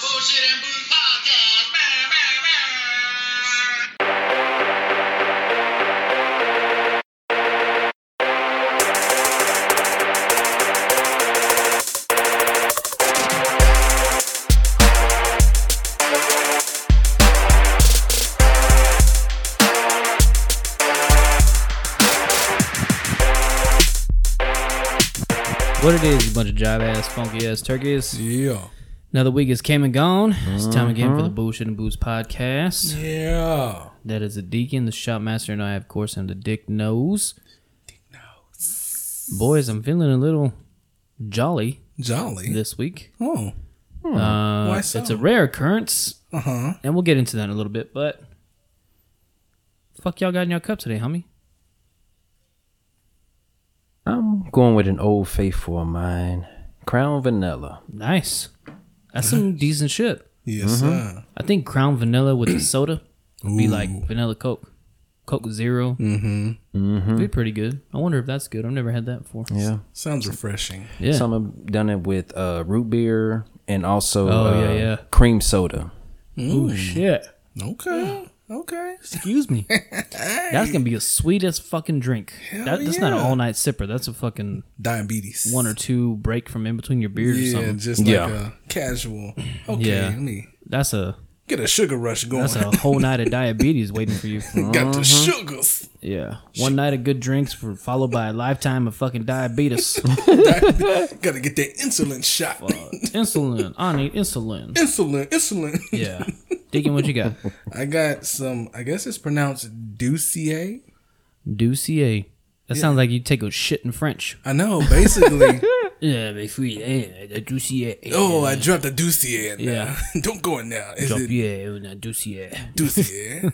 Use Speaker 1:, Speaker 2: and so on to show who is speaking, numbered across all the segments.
Speaker 1: Bullshit and Boo podcast. Bah, bah, bah.
Speaker 2: What it is, a bunch of jive ass, funky ass turkeys.
Speaker 3: Yeah. Uh-huh.
Speaker 2: Another week has came and gone. It's time again for the Bullshit and Booze podcast.
Speaker 3: Yeah.
Speaker 2: That is the Deacon, the Shop Master, and I, of course, am the Dick Nose. Dick Nose. Boys, I'm feeling a little jolly
Speaker 3: Jolly.
Speaker 2: this week.
Speaker 3: Oh. Hmm.
Speaker 2: Uh,
Speaker 3: Why so?
Speaker 2: It's a rare occurrence,
Speaker 3: Uh huh.
Speaker 2: and we'll get into that in a little bit, but. Fuck y'all got in your cup today, homie.
Speaker 4: I'm going with an old faithful of mine, Crown Vanilla.
Speaker 2: Nice. That's some decent shit.
Speaker 3: Yes, sir.
Speaker 2: I think Crown Vanilla with the soda would be like Vanilla Coke. Coke 0
Speaker 3: Mm-hmm.
Speaker 2: Be pretty good. I wonder if that's good. I've never had that before.
Speaker 4: Yeah.
Speaker 3: Sounds refreshing.
Speaker 2: Yeah.
Speaker 4: Some have done it with uh, root beer and also
Speaker 2: Oh,
Speaker 4: uh,
Speaker 2: yeah, yeah.
Speaker 4: cream soda.
Speaker 2: Ooh, shit.
Speaker 3: Okay. Okay.
Speaker 2: Excuse me. That's gonna be a sweet as fucking drink. That, that's not an
Speaker 3: yeah.
Speaker 2: all night sipper. That's a fucking
Speaker 3: Diabetes.
Speaker 2: one or two break from in between your beers or
Speaker 3: Yeah,
Speaker 2: something.
Speaker 3: just like
Speaker 4: Yeah.
Speaker 3: a casual. Okay,
Speaker 2: Yeah.
Speaker 3: let me
Speaker 2: That's a
Speaker 3: get a sugar rush going.
Speaker 2: that's Mm-hmm. a whole night of diabetes waiting for you.
Speaker 3: Got the sugars.
Speaker 2: Yeah. One night of good drinks for, followed by a lifetime of fucking diabetes.
Speaker 3: Gotta get that insulin shot.
Speaker 2: insulin. I need insulin.
Speaker 3: Insulin, insulin.
Speaker 2: Yeah. Deacon, what you got?
Speaker 3: I got some. I guess it's pronounced Doucier.
Speaker 2: Doucier. That sounds like you take a shit in French.
Speaker 3: I know. Basically,
Speaker 2: Yeah, mais oui, eh, eh, Doucier. eh.
Speaker 3: oh, I dropped a Doucier. Now.
Speaker 2: Yeah.
Speaker 3: Don't go in now. Is it
Speaker 2: Doucier, eh, not Doucier.
Speaker 3: Doucier?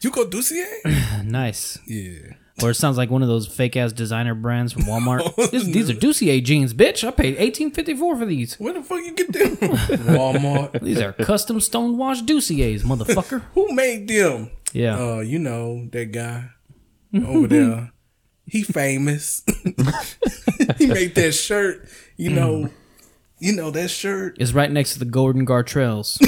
Speaker 3: you go Doucier?
Speaker 2: Nice.
Speaker 3: Yeah.
Speaker 2: Or it sounds like one of those fake ass designer brands from Walmart.
Speaker 3: Oh,
Speaker 2: This- These are Doucier jeans, bitch. I paid eighteen fifty four for these.
Speaker 3: Where the fuck you get them? Walmart.
Speaker 2: These are custom stone washed Douciers, motherfucker.
Speaker 3: Who made them?
Speaker 2: Yeah.
Speaker 3: Uh, you know that guy over there. He famous. he made that shirt. You know. You know that shirt.
Speaker 2: it's right next to the Golden Gartrells.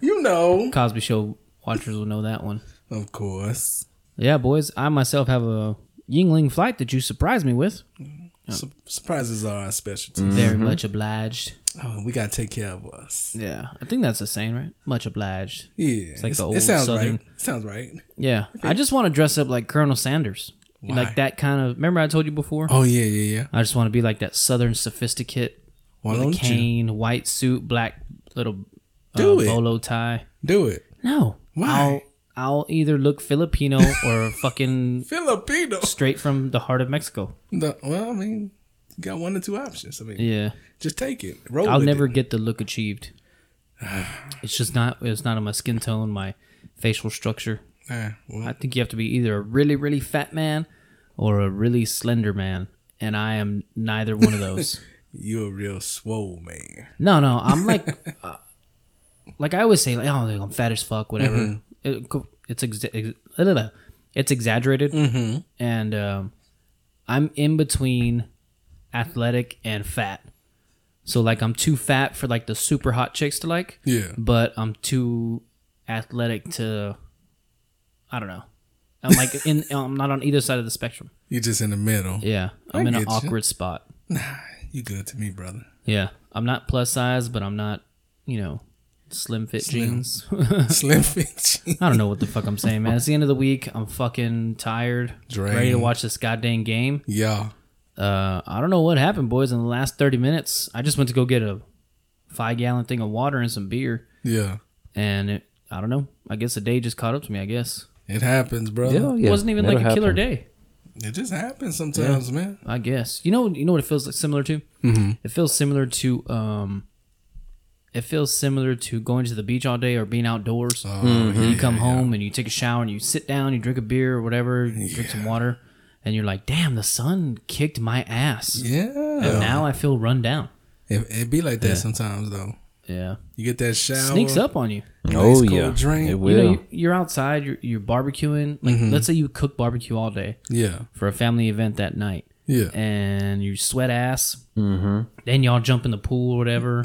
Speaker 3: You know.
Speaker 2: Cosby Show watchers will know that one.
Speaker 3: Of course.
Speaker 2: Yeah, boys. I myself have a Yingling flight that you surprised me with.
Speaker 3: Su- surprises are our specialty.
Speaker 2: Very much obliged.
Speaker 3: Oh, we gotta take care of us.
Speaker 2: Yeah, I think that's the saying, right? Much obliged.
Speaker 3: Yeah.
Speaker 2: like
Speaker 3: it's-
Speaker 2: the old
Speaker 3: it sounds
Speaker 2: Southern-
Speaker 3: right. Sounds right.
Speaker 2: Yeah, I just want to dress up like Colonel Sanders, like that kind of. Remember, I told you before.
Speaker 3: Oh yeah, yeah, yeah.
Speaker 2: I just want to be like that Southern sophisticate
Speaker 3: Why
Speaker 2: with a
Speaker 3: don't you
Speaker 2: cane, white suit, black little uh,
Speaker 3: Do it.
Speaker 2: bolo tie.
Speaker 3: do it?
Speaker 2: No,
Speaker 3: Why?
Speaker 2: I'll, I'll either look Filipino or fucking
Speaker 3: Filipino.
Speaker 2: straight from the heart of Mexico.
Speaker 3: The- well, I mean, you got one or two options. I mean,
Speaker 2: Yeah,
Speaker 3: just take it. Roll.
Speaker 2: I'll
Speaker 3: with
Speaker 2: never
Speaker 3: It.
Speaker 2: get the look achieved. It's just not. It's not on my skin tone, my facial structure.
Speaker 3: Ah, well,
Speaker 2: I think you have to be either a really, really fat man or a really slender man. And I am neither one of those.
Speaker 3: you a real swole man.
Speaker 2: no, no, I'm like, uh, like I always say, like, oh, like, I'm fat as fuck, whatever. It co- it's ex- ex- blah, blah, blah. it's exaggerated, and um, I'm in between athletic and fat. So like, I'm too fat for like the super hot chicks to like,
Speaker 3: Yeah.
Speaker 2: but I'm too athletic to I don't know. I'm like in I'm not on either side of the spectrum.
Speaker 3: You're just in the middle.
Speaker 2: Yeah. I'm in
Speaker 3: I
Speaker 2: an
Speaker 3: get you.
Speaker 2: awkward spot.
Speaker 3: You good to me, brother.
Speaker 2: Yeah. I'm not plus size, but I'm not, you know, slim fit jeans.
Speaker 3: Slim fit. jeans.
Speaker 2: I don't know what the fuck I'm saying, man. It's the end of the week. I'm fucking tired.
Speaker 3: Drained.
Speaker 2: Ready to watch this goddamn game.
Speaker 3: yeah.
Speaker 2: Uh I don't know what happened, boys, in the last 30 minutes. I just went to go get a 5 gallon thing of water and some beer
Speaker 3: Yeah.
Speaker 2: and it, I don't know. I guess the day just caught up to me, I guess.
Speaker 3: It happens, brother.
Speaker 2: It wasn't even like a killer day.
Speaker 3: It just happens sometimes, man.
Speaker 2: I guess. You know you know what it feels like similar to? It feels similar to um it feels similar to going to the beach all day or being outdoors. And you come home and you take a shower and you sit down, you drink a beer or whatever, you drink some water, and you're like, damn, the sun kicked my ass. And
Speaker 3: Yeah.
Speaker 2: now I feel run down.
Speaker 3: It, it be like that sometimes, though.
Speaker 2: Yeah.
Speaker 3: You get that shower.
Speaker 2: Sneaks up on you.
Speaker 3: Nice
Speaker 4: oh,
Speaker 3: cold
Speaker 4: yeah.
Speaker 3: drink.
Speaker 4: It
Speaker 2: You
Speaker 4: will.
Speaker 2: know, you- you're outside, you're, you're barbecuing. Like, let's say you cook barbecue all day.
Speaker 3: Yeah.
Speaker 2: for a family event that night.
Speaker 3: Yeah.
Speaker 2: and you sweat ass. Then y'all jump in the pool or whatever.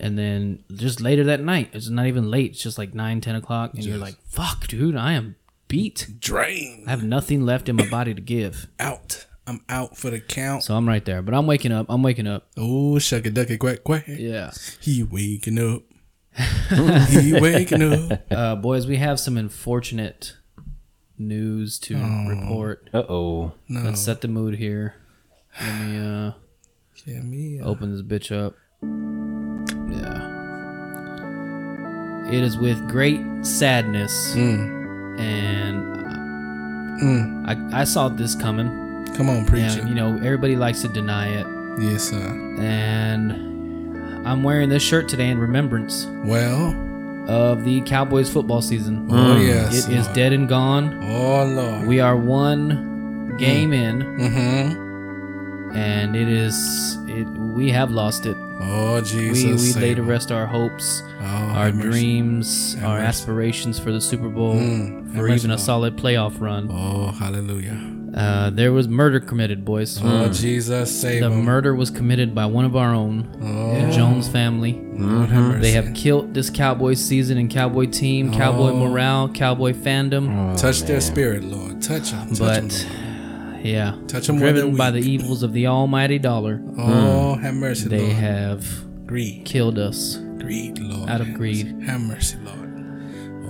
Speaker 2: And then just later that night, it's not even late. It's just like 9, 10 o'clock. And you're like, fuck, dude, I am beat.
Speaker 3: Drain
Speaker 2: I have nothing left in my body to give.
Speaker 3: out. I'm out for the count.
Speaker 2: So I'm right there. But I'm waking up. I'm waking up.
Speaker 3: Oh, shuck a ducky quack quack.
Speaker 2: Yeah.
Speaker 3: He waking up. he waking up.
Speaker 2: Uh, boys, we have some unfortunate news to report.
Speaker 4: Uh oh.
Speaker 2: Let's set the mood here. Let me uh,
Speaker 3: Yeah, me. uh,
Speaker 2: open this bitch up. Yeah. It is with great sadness,
Speaker 3: Mm.
Speaker 2: and I, I saw this coming.
Speaker 3: Come on,
Speaker 2: And, you
Speaker 3: preacher.
Speaker 2: know, everybody likes to deny it,
Speaker 3: Yes, sir.
Speaker 2: and I'm wearing this shirt today in remembrance
Speaker 3: Well,
Speaker 2: of the Cowboys football season.
Speaker 3: oh yes.
Speaker 2: Mm. It is
Speaker 3: Lord.
Speaker 2: dead and gone.
Speaker 3: Oh Lord.
Speaker 2: We are
Speaker 3: Mm.
Speaker 2: one game in,
Speaker 3: Mm-hmm.
Speaker 2: and it is it. We have lost it.
Speaker 3: Oh Jesus.
Speaker 2: We we lay
Speaker 3: save
Speaker 2: to
Speaker 3: us.
Speaker 2: rest our hopes,
Speaker 3: Oh,
Speaker 2: our
Speaker 3: have mercy.
Speaker 2: dreams, our
Speaker 3: mercy.
Speaker 2: aspirations for the Super Bowl,
Speaker 3: Mm,
Speaker 2: for
Speaker 3: have mercy,
Speaker 2: even a
Speaker 3: Lord.
Speaker 2: solid playoff run.
Speaker 3: Oh hallelujah.
Speaker 2: Uh, there was murder committed, boys.
Speaker 3: Oh Jesus, save
Speaker 2: Mm. The
Speaker 3: him.
Speaker 2: murder was committed by one of our own, the Jones family.
Speaker 3: Lord have mercy. Oh.
Speaker 2: They have killed this Cowboy season and Cowboy team, Cowboy morale, Cowboy fandom.
Speaker 3: touch their spirit, Lord. Touch them. Oh, Touch
Speaker 2: Oh, But
Speaker 3: them.
Speaker 2: yeah,
Speaker 3: Touch 'em where
Speaker 2: driven
Speaker 3: they're
Speaker 2: by the
Speaker 3: weak.
Speaker 2: evils of the almighty dollar,
Speaker 3: Oh, have mercy,
Speaker 2: mm. they
Speaker 3: Lord.
Speaker 2: have
Speaker 3: greed,
Speaker 2: killed us.
Speaker 3: greed, Lord.
Speaker 2: Out of
Speaker 3: Have
Speaker 2: greed.
Speaker 3: mercy. Have mercy, Lord.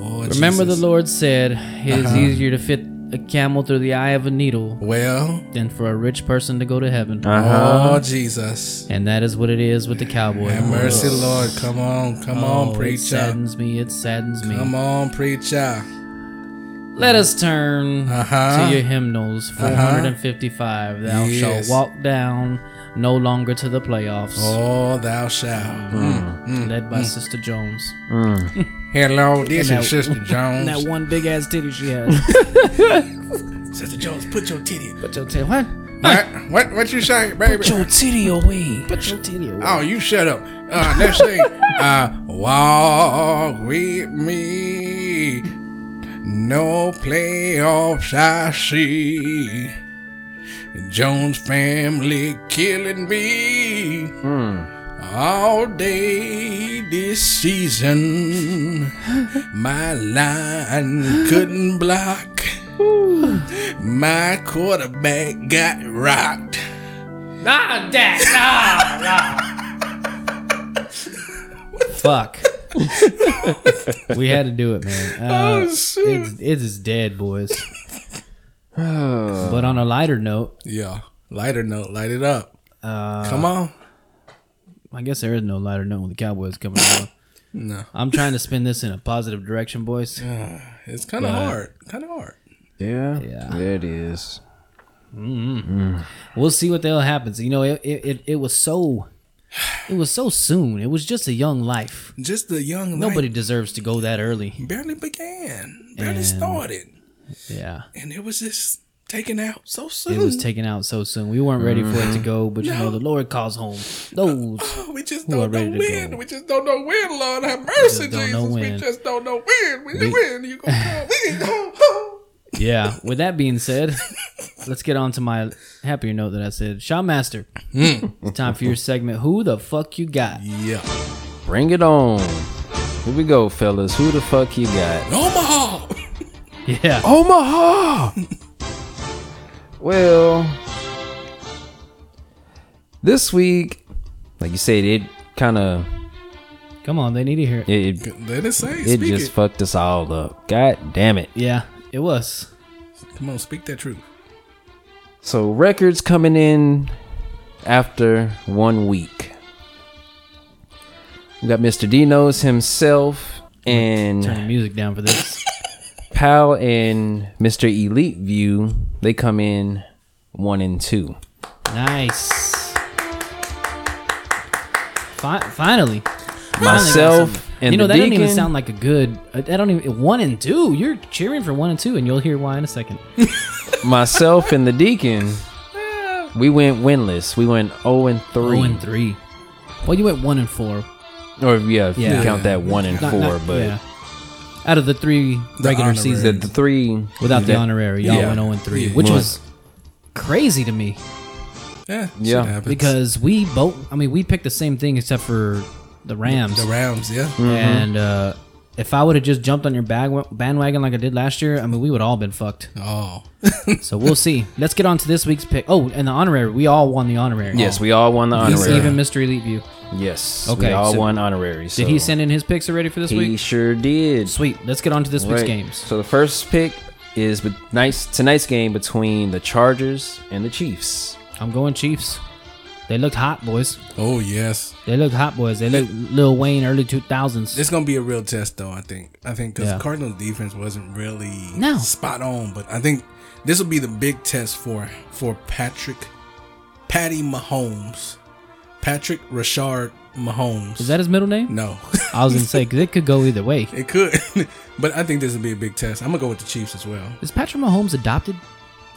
Speaker 3: Oh,
Speaker 2: Remember
Speaker 3: Jesus. Uh-huh.
Speaker 2: the Lord said, "It is easier to fit a camel through the eye of a needle
Speaker 3: Well,
Speaker 2: than for a rich person to go to heaven." Uh-huh.
Speaker 3: oh Jesus,
Speaker 2: And that is what it is with the cowboy.
Speaker 3: have mercy, Lord. Come on, come
Speaker 2: Oh,
Speaker 3: on,
Speaker 2: it
Speaker 3: preacher.
Speaker 2: saddens me. It saddens me.
Speaker 3: Come on, preacher.
Speaker 2: Let us turn
Speaker 3: Uh-huh.
Speaker 2: to your hymnals, 455. Thou
Speaker 3: Yes.
Speaker 2: shalt walk down, no longer to the playoffs,
Speaker 3: Oh, thou shalt.
Speaker 2: Mm. led by Sister Jones.
Speaker 3: Hello, this
Speaker 2: And
Speaker 3: is
Speaker 2: that-
Speaker 3: Sister
Speaker 2: And
Speaker 3: Jones.
Speaker 2: that one big ass titty she has.
Speaker 3: Sister Jones, put your titty.
Speaker 2: Put your titty. What?
Speaker 3: What? What? What you say, baby?
Speaker 2: Put your titty away. Put your titty away.
Speaker 3: Oh, you shut up. Uh, next thing, uh, walk with me. No playoffs I see. Jones family killing me all day this season. My line couldn't block. My quarterback got rocked.
Speaker 2: Nah, Dak. Nah, nah. Fuck. we had to do it, man. Uh, It's, it is dead, boys. but on a lighter note,
Speaker 3: Yeah. Lighter note, light it up.
Speaker 2: Uh,
Speaker 3: Come on.
Speaker 2: I guess there is no lighter note when the Cowboys coming around.
Speaker 3: No.
Speaker 2: I'm trying to spin this in a positive direction, boys.
Speaker 3: It's kind of hard. Kind of hard.
Speaker 4: Yeah.
Speaker 2: Yeah.
Speaker 4: There it is.
Speaker 2: We'll see what the hell happens. You know, it it, it, it was so. It was so soon. It was just a young life.
Speaker 3: Just the young
Speaker 2: Nobody
Speaker 3: Nobody
Speaker 2: deserves to go that early.
Speaker 3: barely began, barely
Speaker 2: And-
Speaker 3: started,
Speaker 2: Yeah.
Speaker 3: and it was just taken out so soon.
Speaker 2: It was taken out so soon. We weren't ready for it to go, but you know the Lord calls home those.
Speaker 3: we just
Speaker 2: Who are
Speaker 3: don't know
Speaker 2: ready to go.
Speaker 3: when. We just don't know when. Lord have mercy,
Speaker 2: don't
Speaker 3: Jesus.
Speaker 2: know
Speaker 3: We
Speaker 2: when.
Speaker 3: just don't know when. When,
Speaker 2: We-
Speaker 3: when you gonna come?
Speaker 2: Yeah. With that being said, let's get on to my happier note that I said. Shawn Master, it's time for your segment. Who the fuck you got?
Speaker 3: yeah,
Speaker 4: Bring it on. Here we go, fellas. Who the fuck you got?
Speaker 3: Omaha.
Speaker 2: Yeah.
Speaker 4: Omaha! well, this week, like you said, it kind of
Speaker 2: Come on, they need to hear it.
Speaker 4: it, it,
Speaker 3: Let it say.
Speaker 4: it
Speaker 3: speak
Speaker 4: just
Speaker 3: it.
Speaker 4: fucked us all up. God damn it.
Speaker 2: Yeah, it was.
Speaker 3: Come on, speak that truth.
Speaker 4: So records coming in after one week. We got Mr. Dino's himself
Speaker 2: Turn the
Speaker 4: and
Speaker 2: music down for this.
Speaker 4: Pal and Mr. Elite View. They come in one and two.
Speaker 2: nice. Fi- finally, Finally got
Speaker 4: Myself
Speaker 2: something.
Speaker 4: and
Speaker 2: you know
Speaker 4: the
Speaker 2: that don't even
Speaker 4: Deacon.
Speaker 2: sound like a good. I don't even one and two. You're cheering for one and two, and you'll hear why in a second.
Speaker 4: Myself and the Deacon. We went winless. We went 0 and 3.
Speaker 2: Zero Oh and three. Well, you went one and four.
Speaker 4: Or yeah, if
Speaker 2: Yeah.
Speaker 4: you count that 1 and
Speaker 2: Not-
Speaker 4: 4,
Speaker 2: not-
Speaker 4: but
Speaker 2: yeah. out of the three regular
Speaker 3: honorary.
Speaker 4: the,
Speaker 2: season
Speaker 4: the 3
Speaker 2: without the
Speaker 4: that-
Speaker 2: honorary, y'all
Speaker 3: Yeah.
Speaker 2: went zero and three,
Speaker 3: Yeah.
Speaker 2: which
Speaker 4: Right.
Speaker 2: was crazy to me.
Speaker 3: Yeah,
Speaker 4: Yeah,
Speaker 3: happens.
Speaker 2: because we both. I mean, we picked the same thing except for the Rams.
Speaker 3: the Rams, yeah,
Speaker 2: And uh, if I would have just jumped on your bag bandwagon like I did last year, I mean, we would all been fucked.
Speaker 3: oh,
Speaker 2: So we'll see. Let's get on to this week's pick. Oh, and the honorary. We all won the honorary.
Speaker 4: Yes, we all won the
Speaker 2: Yes,
Speaker 4: honorary.
Speaker 2: even Mr. Elite View.
Speaker 4: yes,
Speaker 2: Okay,
Speaker 4: we all
Speaker 2: so-
Speaker 4: won honorary. So
Speaker 2: Did he send in his picks already for this
Speaker 4: He
Speaker 2: week?
Speaker 4: sure did.
Speaker 2: Sweet. Let's get on to this week's
Speaker 4: Right.
Speaker 2: games.
Speaker 4: So the first pick is be- nice tonight's game between the Chargers and the Chiefs.
Speaker 2: I'm going Chiefs. They looked hot, boys.
Speaker 3: oh yes.
Speaker 2: They looked hot, boys. They looked Lil Wayne early 2000s.
Speaker 3: It's gonna be a real test, though. I think. I think because
Speaker 2: Yeah.
Speaker 3: Cardinals defense wasn't really
Speaker 2: No.
Speaker 3: spot on, but I think this will be the big test for for Patrick, Patty Mahomes, Patrick Rashard Mahomes.
Speaker 2: Is that his middle name?
Speaker 3: no?
Speaker 2: I was gonna say 'cause it could go either way.
Speaker 3: it could, but I think this will be a big test. I'm gonna go with the Chiefs as well.
Speaker 2: Is Patrick Mahomes adopted?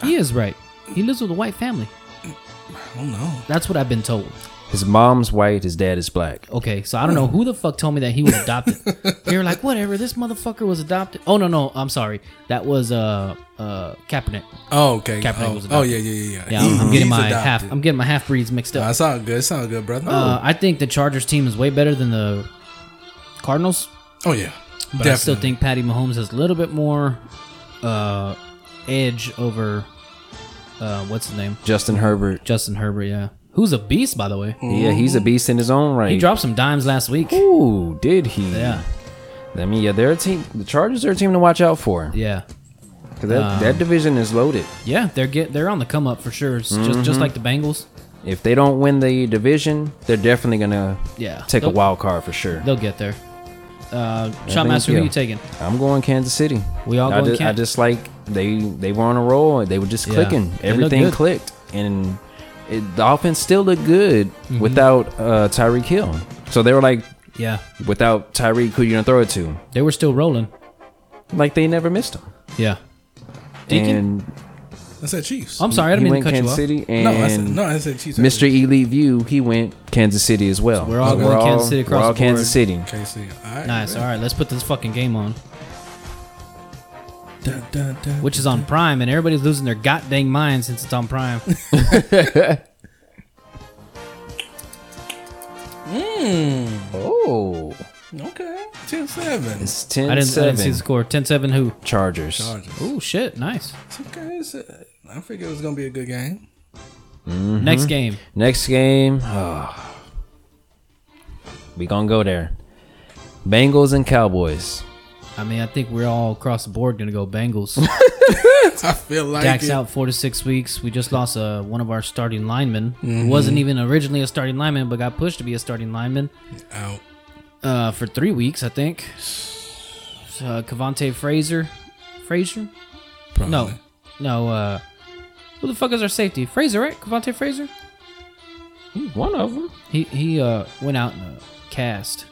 Speaker 2: He is right. He lives with a white family.
Speaker 3: I don't know.
Speaker 2: That's what I've been told.
Speaker 4: His mom's white, his dad is black.
Speaker 2: Okay, so I don't know who the fuck told me that he was adopted. they were like, whatever, this motherfucker was adopted. Oh no, no, I'm sorry. That was uh uh Kaepernick.
Speaker 3: Oh, okay.
Speaker 2: Kaepernick
Speaker 3: oh,
Speaker 2: was
Speaker 3: oh,
Speaker 2: adopted.
Speaker 3: yeah, yeah,
Speaker 2: Yeah,
Speaker 3: yeah. He-
Speaker 2: I'm, I'm getting
Speaker 3: he's
Speaker 2: my
Speaker 3: adopted.
Speaker 2: half. I'm getting my half breeds mixed
Speaker 3: Nah,
Speaker 2: up.
Speaker 3: it sound good. It sound good, brother.
Speaker 2: Uh, I think the Chargers team is way better than the Cardinals,
Speaker 3: oh yeah,
Speaker 2: but I still think Patty Mahomes has a little bit more uh edge over uh what's his name
Speaker 4: Justin Herbert.
Speaker 2: Justin Herbert. Yeah, who's a beast by the way.
Speaker 4: Yeah, he's a beast in his own right.
Speaker 2: He dropped some dimes last week.
Speaker 4: Mm. Ooh, did he?
Speaker 2: Yeah.
Speaker 4: I mean, yeah, they're a team. The Chargers are a team to watch out for.
Speaker 2: Yeah,
Speaker 4: 'Cause that,
Speaker 2: Um,
Speaker 4: that division is loaded.
Speaker 2: yeah, they're get they're on the come up for sure. It's just just like the Bengals.
Speaker 4: If they don't win the division, they're definitely gonna
Speaker 2: Yeah.
Speaker 4: take a
Speaker 2: They'll-
Speaker 4: wild card for sure.
Speaker 2: They'll get there. Uh, Shotmaster, who
Speaker 4: yeah.
Speaker 2: you taking?
Speaker 4: I'm going Kansas City.
Speaker 2: We all
Speaker 4: I
Speaker 2: going
Speaker 4: just, I
Speaker 2: Kan-
Speaker 4: just like they they were on a roll. and They were just
Speaker 2: Yeah.
Speaker 4: clicking.
Speaker 2: They look
Speaker 4: Everything
Speaker 2: good.
Speaker 4: clicked, and it, the offense still looked good
Speaker 2: Mm-hmm.
Speaker 4: without uh, Tyreek Hill. So they were like,
Speaker 2: Yeah,
Speaker 4: without Tyreek, who you gonna throw it to?
Speaker 2: they were still rolling.
Speaker 4: Like they never missed him.
Speaker 2: Yeah, Deacon?
Speaker 4: And
Speaker 3: I said Chiefs.
Speaker 2: I'm sorry, I
Speaker 4: he
Speaker 2: didn't mean
Speaker 4: went
Speaker 2: to cut you
Speaker 4: Kansas
Speaker 2: off.
Speaker 4: City, and
Speaker 3: no, I said no. I said Chiefs.
Speaker 4: Mr. Elite View, he went Kansas City as well.
Speaker 2: We're all
Speaker 4: So
Speaker 2: going Kansas City across
Speaker 4: we're all
Speaker 2: the board.
Speaker 4: Kansas City.
Speaker 3: KC. All right,
Speaker 2: Nice. All right, let's put this fucking game on,
Speaker 3: Dun, dun, dun.
Speaker 2: which is on Prime, and everybody's losing their goddamn mind since it's on Prime.
Speaker 4: Oh,
Speaker 3: Okay, 10 7.
Speaker 4: it's 10
Speaker 2: I didn't, I didn't see
Speaker 4: 7.
Speaker 2: the score. 10-7 Who?
Speaker 4: Chargers.
Speaker 2: Oh shit! Nice.
Speaker 3: It's okay. It's, uh, I figured it was going to be a good game.
Speaker 4: Mm-hmm.
Speaker 2: Next game.
Speaker 4: Next game, ah, we gonna go there. Bengals and Cowboys.
Speaker 2: I mean, I think we're all across the board gonna go Bengals.
Speaker 3: I feel like.
Speaker 2: Dak's
Speaker 3: it.
Speaker 2: out four to six weeks. We just lost uh, one of our starting linemen. Who wasn't even originally a starting lineman, but got pushed to be a starting lineman.
Speaker 3: Out.
Speaker 2: uh, for three weeks, I think. Uh, Cavante Fraser, Fraser?
Speaker 3: Probably.
Speaker 2: No, no. Uh, who the fuck is our safety? Fraser, right? Cavante Fraser.
Speaker 4: One of them.
Speaker 2: He he uh, went out in a cast.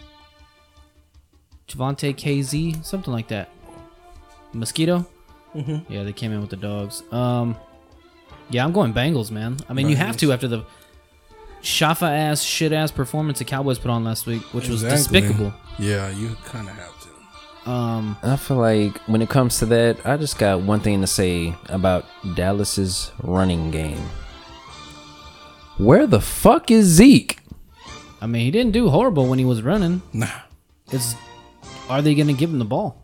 Speaker 2: Javante KZ, something like that. Mosquito. Yeah, they came in with the dogs. Um, yeah, I'm going Bengals, man. I mean, you have to after the Shafa ass, shit ass performance the Cowboys put on last week, which was
Speaker 3: Exactly.
Speaker 2: despicable.
Speaker 3: Yeah, you kind of have to.
Speaker 2: Um,
Speaker 4: I feel like when it comes to that, I just got one thing to say about Dallas's running game. Where the fuck is Zeke?
Speaker 2: I mean, he didn't do horrible when he was running.
Speaker 3: Nah.
Speaker 2: It's are they going to give him the ball?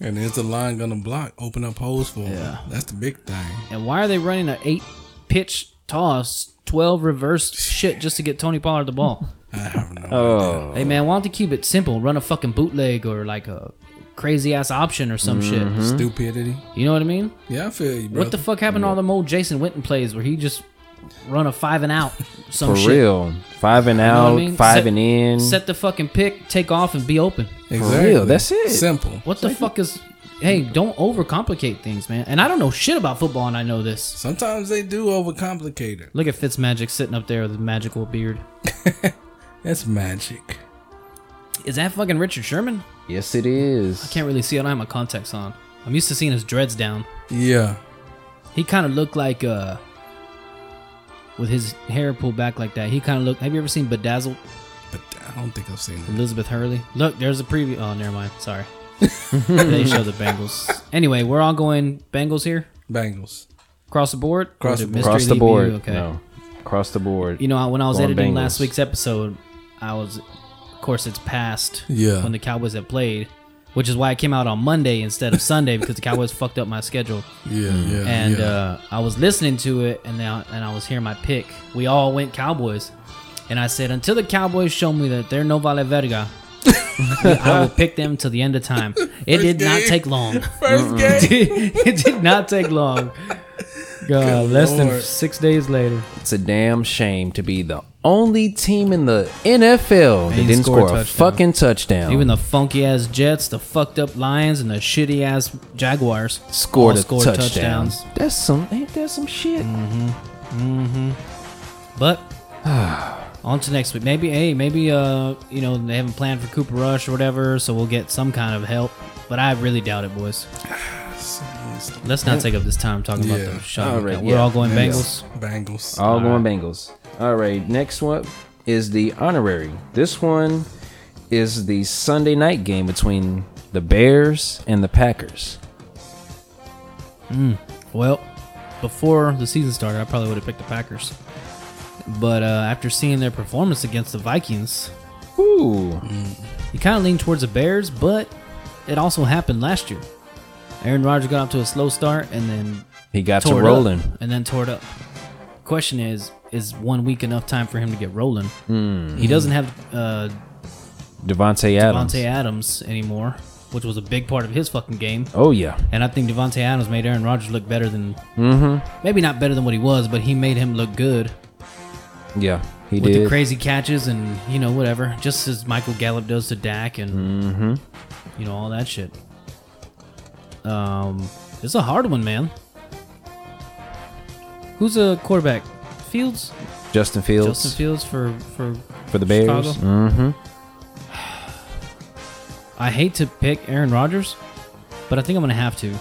Speaker 3: And is the line going to block? Open up holes for him. That's the big thing.
Speaker 2: And why are they running an eight pitch toss, twelve reverse shit just to get Tony Pollard the ball?
Speaker 3: I don't know.
Speaker 4: Oh,
Speaker 2: hey man, why don't they keep it simple? Run a fucking bootleg or like a crazy ass option or some
Speaker 4: Mm-hmm.
Speaker 2: shit.
Speaker 3: Stupidity.
Speaker 2: You know what I mean?
Speaker 3: Yeah, I feel you, bro.
Speaker 2: What the fuck happened to all them old Jason Witten plays where he just run a five and out some
Speaker 4: for
Speaker 2: Oh, shit?
Speaker 4: real. Five and
Speaker 2: You know
Speaker 4: out,
Speaker 2: what I mean?
Speaker 4: five
Speaker 2: Set-
Speaker 4: and in.
Speaker 2: Set the fucking pick, take off, and be open.
Speaker 3: Exactly.
Speaker 4: real, that's it.
Speaker 3: Simple.
Speaker 2: What the fuck is? Hey, don't overcomplicate things, man. And I don't know shit about football, and I know this.
Speaker 3: Sometimes they do overcomplicate it.
Speaker 2: Look at Fitzmagic sitting up there with his magical beard.
Speaker 3: That's magic.
Speaker 2: Is that fucking Richard Sherman?
Speaker 4: yes, it is.
Speaker 2: Can't really see. it. I don't have my contacts on. I'm used to seeing his dreads down.
Speaker 3: Yeah.
Speaker 2: He kind of looked like, uh, with his hair pulled back like that, he kind of looked. Have you ever seen Bedazzled?
Speaker 3: But I don't think I've seen it.
Speaker 2: Elizabeth Hurley. Look, there's a preview. Oh, never mind. Sorry. they show the Bengals. Anyway, we're all going Bengals here.
Speaker 3: Bengals.
Speaker 2: Across the board.
Speaker 3: Across
Speaker 2: Or did
Speaker 3: the board.
Speaker 2: Mr.
Speaker 4: Across the
Speaker 2: Lee
Speaker 4: board.
Speaker 2: be- Okay.
Speaker 4: No. across the board.
Speaker 2: You know, I- when I was
Speaker 4: Going
Speaker 2: editing
Speaker 4: Bengals.
Speaker 2: last week's episode, I was, of course, it's past
Speaker 3: Yeah.
Speaker 2: when the Cowboys had played, which is why it came out on Monday instead of Sunday because the Cowboys fucked up my schedule.
Speaker 3: Yeah, yeah.
Speaker 2: And
Speaker 3: yeah.
Speaker 2: uh, I was listening to it, and then I, and I was hearing my pick. We all went Cowboys, and I said, until the Cowboys show me that they're no vale verga, I will pick them till the end of time. It did not
Speaker 3: game.
Speaker 2: take long.
Speaker 3: first game.
Speaker 2: it did not take long. God, less than
Speaker 3: Lord.
Speaker 2: six days later,
Speaker 4: It's a damn shame to be the only team in the NFL that
Speaker 2: Didn't
Speaker 4: didn't
Speaker 2: score a
Speaker 4: score a
Speaker 2: touchdown.
Speaker 4: fucking touchdown.
Speaker 2: even the funky ass Jets, the fucked up Lions, and the shitty ass Jaguars
Speaker 4: scored
Speaker 2: all
Speaker 4: a
Speaker 2: scored
Speaker 4: touchdown.
Speaker 2: touchdowns. Mm,
Speaker 4: That's some ain't that some shit.
Speaker 2: But on to next week. Maybe hey, maybe uh, you know, they haven't planned for Cooper Rush or whatever, so we'll get some kind of help. But I really doubt it, boys. Let's not take up this time talking
Speaker 3: Yeah.
Speaker 2: about the shot.
Speaker 4: All
Speaker 2: we
Speaker 4: right,
Speaker 2: got. We're
Speaker 4: yeah.
Speaker 2: all going Bengals.
Speaker 3: Bengals.
Speaker 4: All, going Bengals. All right, next one is the honorary. This one is the Sunday night game between the Bears and the Packers.
Speaker 2: Well, before the season started, I probably would have picked the Packers. But uh, after seeing their performance against the Vikings,
Speaker 4: Ooh,
Speaker 2: You kind of lean towards the Bears, but it also happened last year. Aaron Rodgers got off to a slow start and then
Speaker 4: he got to
Speaker 2: tore it
Speaker 4: rolling.
Speaker 2: up, and then tore it up. Question is, is one week enough time for him to get rolling? He doesn't have uh,
Speaker 4: Devontae Hmm. Adams.
Speaker 2: Devontae Adams anymore, which was a big part of his fucking game.
Speaker 4: Oh yeah,
Speaker 2: And I think Devontae Adams made Aaron Rodgers look better than,
Speaker 4: Mm-hmm.
Speaker 2: maybe not better than what he was, but he made him look good
Speaker 4: yeah, he
Speaker 2: with
Speaker 4: did.
Speaker 2: the crazy catches and you know whatever, just as Michael Gallup does to Dak and
Speaker 4: Mm-hmm.
Speaker 2: you know all that shit. Um, it's a hard one, man. Who's a quarterback? Fields,
Speaker 4: Justin Fields
Speaker 2: Justin Fields for for
Speaker 4: for the Bears.
Speaker 2: Chicago.
Speaker 4: Mm.
Speaker 2: I hate to pick Aaron Rodgers, but I think I'm gonna have to.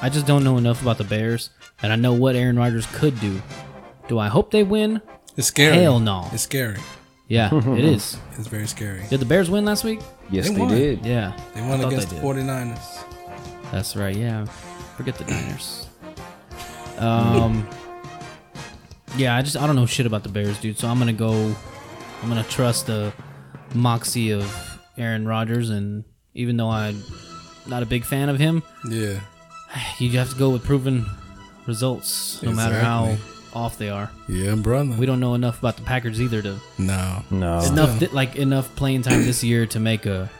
Speaker 2: I just don't know enough about the Bears, and I know what Aaron Rodgers could do. Do I hope they win?
Speaker 3: It's scary.
Speaker 2: Hell no.
Speaker 3: It's scary.
Speaker 2: Yeah, it is.
Speaker 3: It's very scary.
Speaker 2: Did the Bears win last week?
Speaker 4: Yes,
Speaker 3: They
Speaker 4: they,
Speaker 3: won.
Speaker 4: did.
Speaker 2: Yeah,
Speaker 3: They won
Speaker 2: I thought
Speaker 3: against the
Speaker 2: did.
Speaker 3: 49ers.
Speaker 2: That's right. Yeah, forget the Niners. Um, yeah, I just I don't know shit about the Bears, dude. So I'm gonna go. I'm gonna trust the moxie of Aaron Rodgers, and even though I'm not a big fan of him,
Speaker 3: Yeah.
Speaker 2: you have to go with proven results, no matter how off they are.
Speaker 3: Yeah, brother.
Speaker 2: We don't know enough about the Packers either to
Speaker 3: no.
Speaker 4: No,
Speaker 2: enough that like enough playing time this year to make a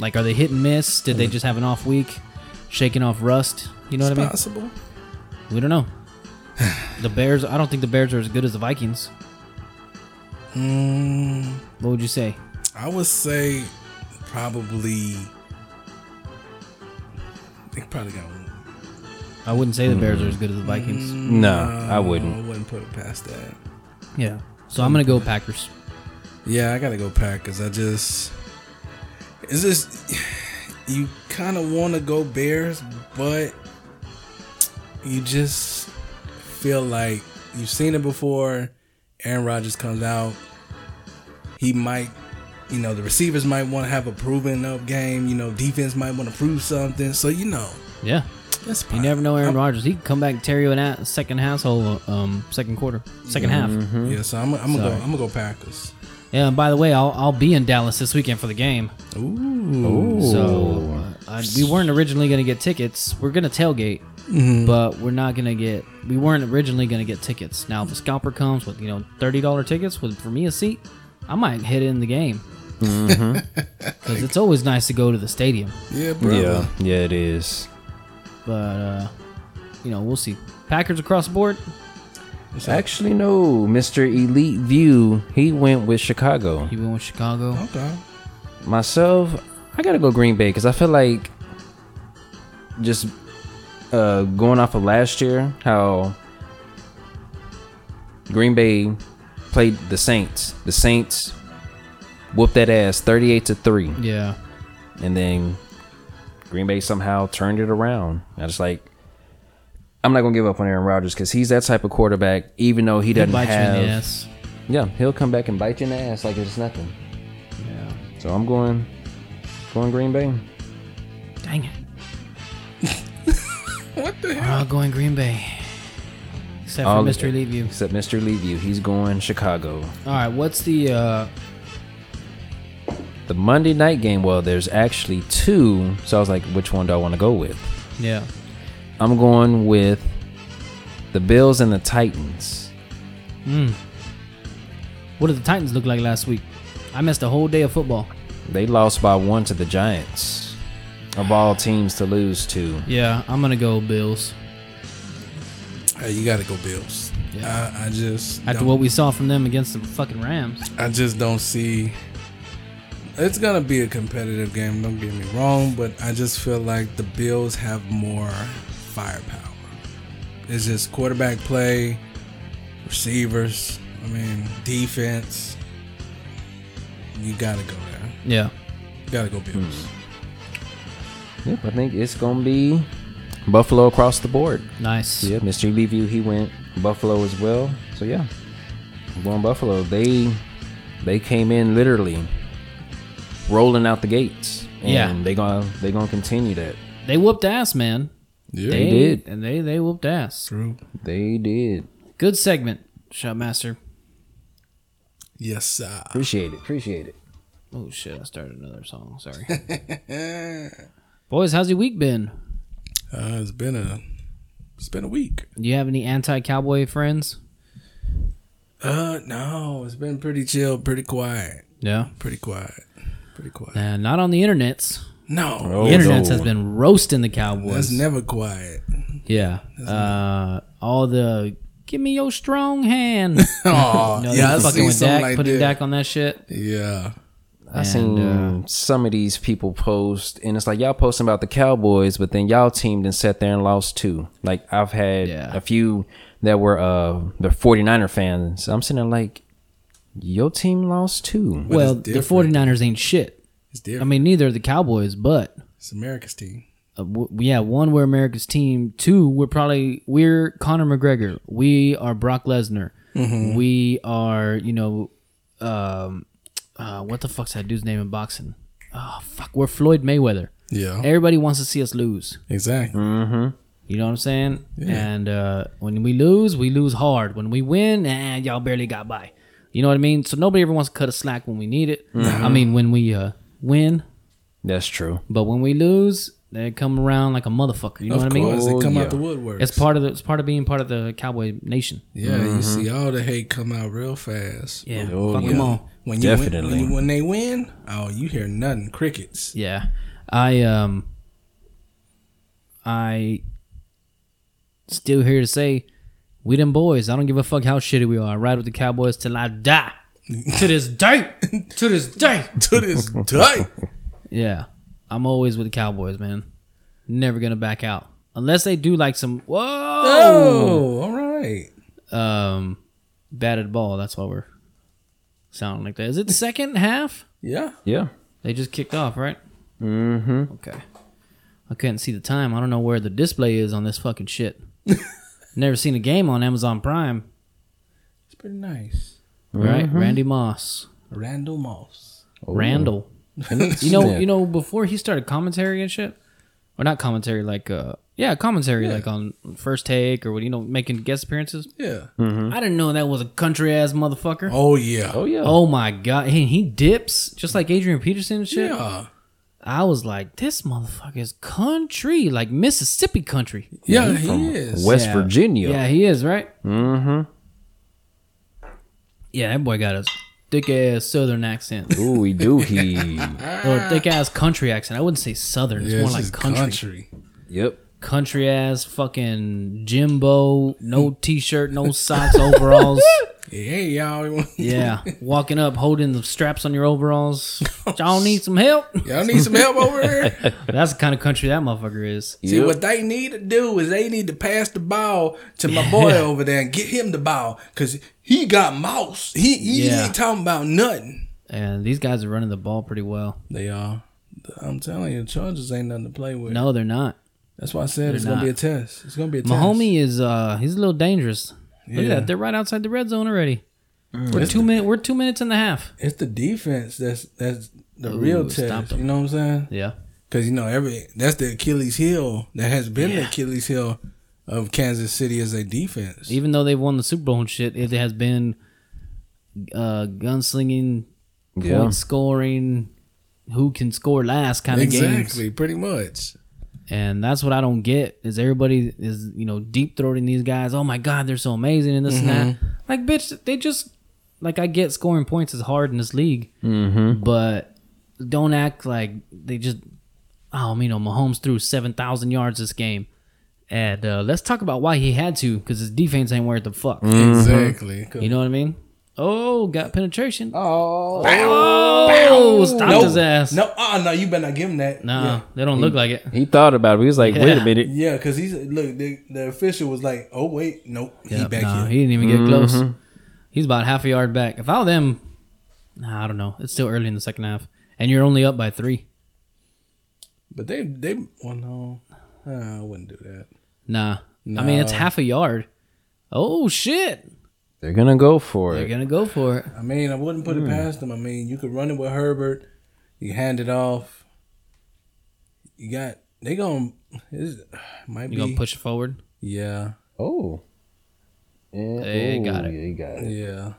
Speaker 2: like are they hit and miss? Did they just have an off week, shaking off rust? You know what I mean?
Speaker 3: Possible.
Speaker 2: We don't know. The Bears. I don't think the Bears are as good as the Vikings.
Speaker 3: Mm,
Speaker 2: What would you say?
Speaker 3: I would say probably. They probably got one.
Speaker 2: I wouldn't say the Bears are as good as the Vikings.
Speaker 4: no, I wouldn't.
Speaker 3: I wouldn't put it past that.
Speaker 2: Yeah. So I'm gonna go Packers.
Speaker 3: Yeah, I gotta go Packers. I just it's just you kind of want to go Bears, but you just feel like you've seen it before. Aaron Rodgers comes out, he might, you know, the receivers might want to have a proven up game. You know, defense might want to prove something. So you know,
Speaker 2: Yeah.
Speaker 3: that's
Speaker 2: You never know Aaron Rodgers. He can come back and tear you an ass second asshole. Um, second quarter, second half.
Speaker 3: Yeah, so I'm, I'm gonna go.
Speaker 2: Sorry.
Speaker 3: I'm gonna go Packers.
Speaker 2: Yeah. And by the way, I'll I'll be in Dallas this weekend for the game.
Speaker 3: Ooh,
Speaker 2: So uh, I, we weren't originally gonna get tickets. We're gonna tailgate, but we're not gonna get. We weren't originally gonna get tickets. Now if the scalper comes with you know thirty dollar tickets with for me a seat, I might hit in the game. Because it's always nice to go to the stadium,
Speaker 3: yeah, bro.
Speaker 4: Yeah, yeah, it is.
Speaker 2: but uh, you know we'll see. Packers across the board.
Speaker 4: Actually, no, Mr. Elite View, he went with Chicago.
Speaker 2: You went with Chicago.
Speaker 3: Okay.
Speaker 4: Myself, I gotta go Green Bay because I feel like just uh, going off of last year, how Green Bay played the Saints. The Saints whooped that ass 38 to 3.
Speaker 2: Yeah,
Speaker 4: and then Green Bay somehow turned it around. I just like I'm not gonna give up on Aaron Rodgers because he's that type of quarterback. Even though he doesn't
Speaker 2: bite you
Speaker 4: have,
Speaker 2: in the ass.
Speaker 4: yeah, he'll come back and bite you in the ass like it's nothing.
Speaker 2: Yeah.
Speaker 4: So I'm going, going Green Bay.
Speaker 2: Dang it. what the hell? We're all going Green Bay. Except
Speaker 4: All
Speaker 2: for
Speaker 4: of
Speaker 2: Mr.
Speaker 4: it.
Speaker 2: Leave You.
Speaker 4: Except Mr. Levy, he's going Chicago.
Speaker 2: All right, what's the uh,
Speaker 4: The Monday night game, well, there's actually two. So I was like, which one do I want to go with?
Speaker 2: yeah?
Speaker 4: I'm going with the Bills and the Titans.
Speaker 2: What did the Titans look like last week? I missed a whole day of football.
Speaker 4: They lost by one to the Giants. Of all teams to lose to.
Speaker 2: Yeah, I'm gonna go Bills.
Speaker 3: Hey, you got to go Bills.
Speaker 2: Yeah.
Speaker 3: I, I just
Speaker 2: After
Speaker 3: don't-
Speaker 2: what we saw from them against the fucking Rams,
Speaker 3: I just don't see. It's gonna be a competitive game. Don't get me wrong, but I just feel like the Bills have more firepower. It's just quarterback play, receivers. I mean, defense. You gotta go there.
Speaker 2: yeah,
Speaker 3: You gotta go Bills.
Speaker 4: Yep, I think it's going to be Buffalo across the board.
Speaker 2: nice.
Speaker 4: Yeah, Mr. Levy, he went Buffalo as well. So yeah, I'm going Buffalo. They they came in literally rolling out the gates. And
Speaker 2: Yeah.
Speaker 4: they gonna they gonna continue that.
Speaker 2: They whooped ass, man.
Speaker 3: Yeah,
Speaker 2: They
Speaker 4: did.
Speaker 2: and they they whooped ass.
Speaker 3: true.
Speaker 4: They did.
Speaker 2: Good segment, Shotmaster.
Speaker 3: Yes, sir. Uh,
Speaker 4: Appreciate it. Appreciate it.
Speaker 2: Oh shit, I started another song. Sorry. Boys, how's your week been?
Speaker 3: Uh, it's been a, it's been a week.
Speaker 2: Do you have any anti-cowboy friends?
Speaker 3: Uh, no, it's been pretty chill, pretty quiet,
Speaker 2: Yeah.
Speaker 3: pretty quiet, pretty quiet.
Speaker 2: Nah, not on the internets.
Speaker 3: No,
Speaker 4: Oh,
Speaker 2: The internets
Speaker 4: no.
Speaker 2: has been roasting the
Speaker 3: that's
Speaker 2: Cowboys.
Speaker 3: never quiet.
Speaker 2: yeah. Uh, all the give me your strong hand.
Speaker 3: Oh,
Speaker 2: No,
Speaker 3: yeah,
Speaker 2: yeah,
Speaker 3: I
Speaker 2: fucking
Speaker 3: seen
Speaker 2: with
Speaker 3: something
Speaker 2: Dak,
Speaker 3: like
Speaker 2: putting
Speaker 3: that.
Speaker 2: Dak on that shit.
Speaker 3: Yeah.
Speaker 4: I seen some of these people post, and it's like y'all posting about the Cowboys, but then y'all teamed and sat there and lost too. Like I've had
Speaker 2: Yeah.
Speaker 4: a few that were uh the 49er fans. I'm sitting there like, your team lost too.
Speaker 2: well,
Speaker 3: it's
Speaker 2: the
Speaker 3: different.
Speaker 2: 49ers ain't shit.
Speaker 3: It's different.
Speaker 2: I mean, neither are the Cowboys, but
Speaker 3: it's America's team.
Speaker 2: uh, w- yeah, one, we're America's team. Two, we're probably, we're Conor McGregor. We are Brock Lesnar.
Speaker 3: Mm-hmm.
Speaker 2: We are, you know, um, uh, what the fuck's that dude's name in boxing? Oh, fuck, we're Floyd Mayweather.
Speaker 3: Yeah.
Speaker 2: Everybody wants to see us lose.
Speaker 3: Exactly.
Speaker 2: Mm-hmm. You know what I'm saying? And uh, when we lose, we lose hard. When we win, eh, y'all barely got by. You know what I mean? So nobody ever wants to cut a slack when we need it.
Speaker 3: Mm-hmm.
Speaker 2: I mean, when we uh, win,
Speaker 4: That's true.
Speaker 2: but when we lose, they come around like a motherfucker. You know
Speaker 3: Of
Speaker 2: what I mean?
Speaker 3: course,
Speaker 4: Oh,
Speaker 3: they come
Speaker 4: yeah.
Speaker 3: out the woodwork.
Speaker 2: It's part of the, it's part of being part of the cowboy nation.
Speaker 3: yeah, you see
Speaker 4: Mm-hmm.
Speaker 3: all the hate come out real fast.
Speaker 2: Yeah,
Speaker 4: Oh,
Speaker 2: fuck
Speaker 4: yeah.
Speaker 2: them all.
Speaker 3: When you win-
Speaker 4: Definitely.
Speaker 3: when, you- when they win, oh, you hear nothing crickets.
Speaker 2: Yeah, I um, I still here to say, we them boys. I don't give a fuck how shitty we are. I ride with the cowboys till I die. to this day, to this day.
Speaker 3: to this day.
Speaker 2: Yeah, I'm always with the Cowboys, man. Never gonna back out unless they do like some whoa,
Speaker 3: Oh, all right.
Speaker 2: um, batted ball. That's why we're sounding like that. Is it the second half?
Speaker 3: Yeah.
Speaker 4: Yeah.
Speaker 2: They just kicked off, right? Mm-hmm. Okay. I couldn't see the time. I don't know where the display is on this fucking shit. Never seen a game on Amazon Prime,
Speaker 3: It's pretty nice.
Speaker 2: right? Randy Moss,
Speaker 3: Randall Moss.
Speaker 2: Oh. Randall. You know, you know, before he started commentary and shit, or not commentary, like uh, yeah, commentary like on first take or what you know, making guest appearances.
Speaker 3: Yeah.
Speaker 2: I didn't know that was a country ass motherfucker. Mm-hmm. Oh.
Speaker 3: Oh yeah.
Speaker 4: Oh yeah.
Speaker 2: my god, he, he dips just like Adrian Peterson and shit.
Speaker 3: yeah.
Speaker 2: I was like, this motherfucker is country, like Mississippi country.
Speaker 3: Yeah, he is.
Speaker 4: West
Speaker 2: Yeah.
Speaker 4: Virginia.
Speaker 2: Yeah, he is, right? Mm-hmm. Yeah, that boy got a thick ass southern accent.
Speaker 4: Ooh, we do he.
Speaker 2: or thick ass country accent. I wouldn't say southern, it's
Speaker 3: Yeah,
Speaker 2: more
Speaker 3: it's
Speaker 2: like
Speaker 3: just
Speaker 2: country. country.
Speaker 4: yep.
Speaker 2: ass fucking Jimbo, no t shirt, no socks, overalls.
Speaker 3: Yeah, y'all.
Speaker 2: yeah. Walking up holding the straps on your overalls. Y'all need some help.
Speaker 3: Y'all need some help over here.
Speaker 2: That's the kind of country that motherfucker is.
Speaker 3: See
Speaker 4: Yep.
Speaker 3: what they need to do is they need to pass the ball to my boy over there and get him the ball because he got mouse. He, he
Speaker 2: Yeah.
Speaker 3: ain't talking about nothing.
Speaker 2: And these guys are running the ball pretty well.
Speaker 3: They are. I'm telling you, the Chargers ain't nothing to play with.
Speaker 2: No, they're not.
Speaker 3: That's why I said it's gonna
Speaker 2: not.
Speaker 3: be a test. It's gonna be a test.
Speaker 2: Mahomie is uh he's a little dangerous. Look at
Speaker 3: Yeah.
Speaker 2: that. They're right outside the red zone already. We're two minute we're two minutes and a half.
Speaker 3: it's the defense that's that's the real
Speaker 2: Ooh, stop
Speaker 3: test.
Speaker 2: them.
Speaker 3: You know what I'm saying?
Speaker 2: Yeah.
Speaker 3: Because you know every that's the Achilles heel that has been the Achilles heel of Kansas City as a defense.
Speaker 2: Even though they've won the Super Bowl and shit, it has been uh, gunslinging,
Speaker 4: Yeah.
Speaker 2: point scoring, who can score last kind of games.
Speaker 3: Exactly, pretty much.
Speaker 2: And that's what I don't get is everybody is you know deep throating these guys. Oh my god, they're so amazing and this and that. Like bitch, they just like I get scoring points is hard in this league, mm-hmm. but don't act like they just. Oh, you know, Mahomes threw seven thousand yards this game, and uh, let's talk about why he had to because his defense ain't worth the fuck.
Speaker 3: Mm-hmm. Exactly.
Speaker 2: Mm-hmm. You know what I mean? Oh, got penetration. Oh,
Speaker 3: Oh,
Speaker 2: stopped his ass.
Speaker 3: No, uh, no, you better not give him that.
Speaker 2: Nah,
Speaker 3: Yeah. Mm.
Speaker 2: they don't look like it.
Speaker 4: He thought about it. He was like, wait a
Speaker 2: Yeah.
Speaker 4: minute.
Speaker 3: Yeah, because he's look. The, the official was like, "Oh wait, nope, he
Speaker 2: Yep,
Speaker 3: back
Speaker 2: nah,
Speaker 3: here."
Speaker 2: He didn't even get close. He's about half a yard back. If I were them, nah, I don't know. It's still early in the second half, and you're only up by three.
Speaker 3: But they, they, well, no, Uh, I wouldn't do that.
Speaker 2: Nah, I mean it's half a yard. Oh shit!
Speaker 4: They're going to go for
Speaker 2: They're
Speaker 4: it.
Speaker 2: gonna go for it.
Speaker 3: I mean, I wouldn't
Speaker 2: Hmm.
Speaker 3: put it past them. I mean, you could run it with Herbert. You hand it off. You got they gonna it's, might
Speaker 2: You
Speaker 3: be
Speaker 2: gonna push it forward?
Speaker 3: yeah
Speaker 4: Oh. Yeah.
Speaker 2: They
Speaker 4: oh,
Speaker 2: got it.
Speaker 4: They got it.
Speaker 3: yeah.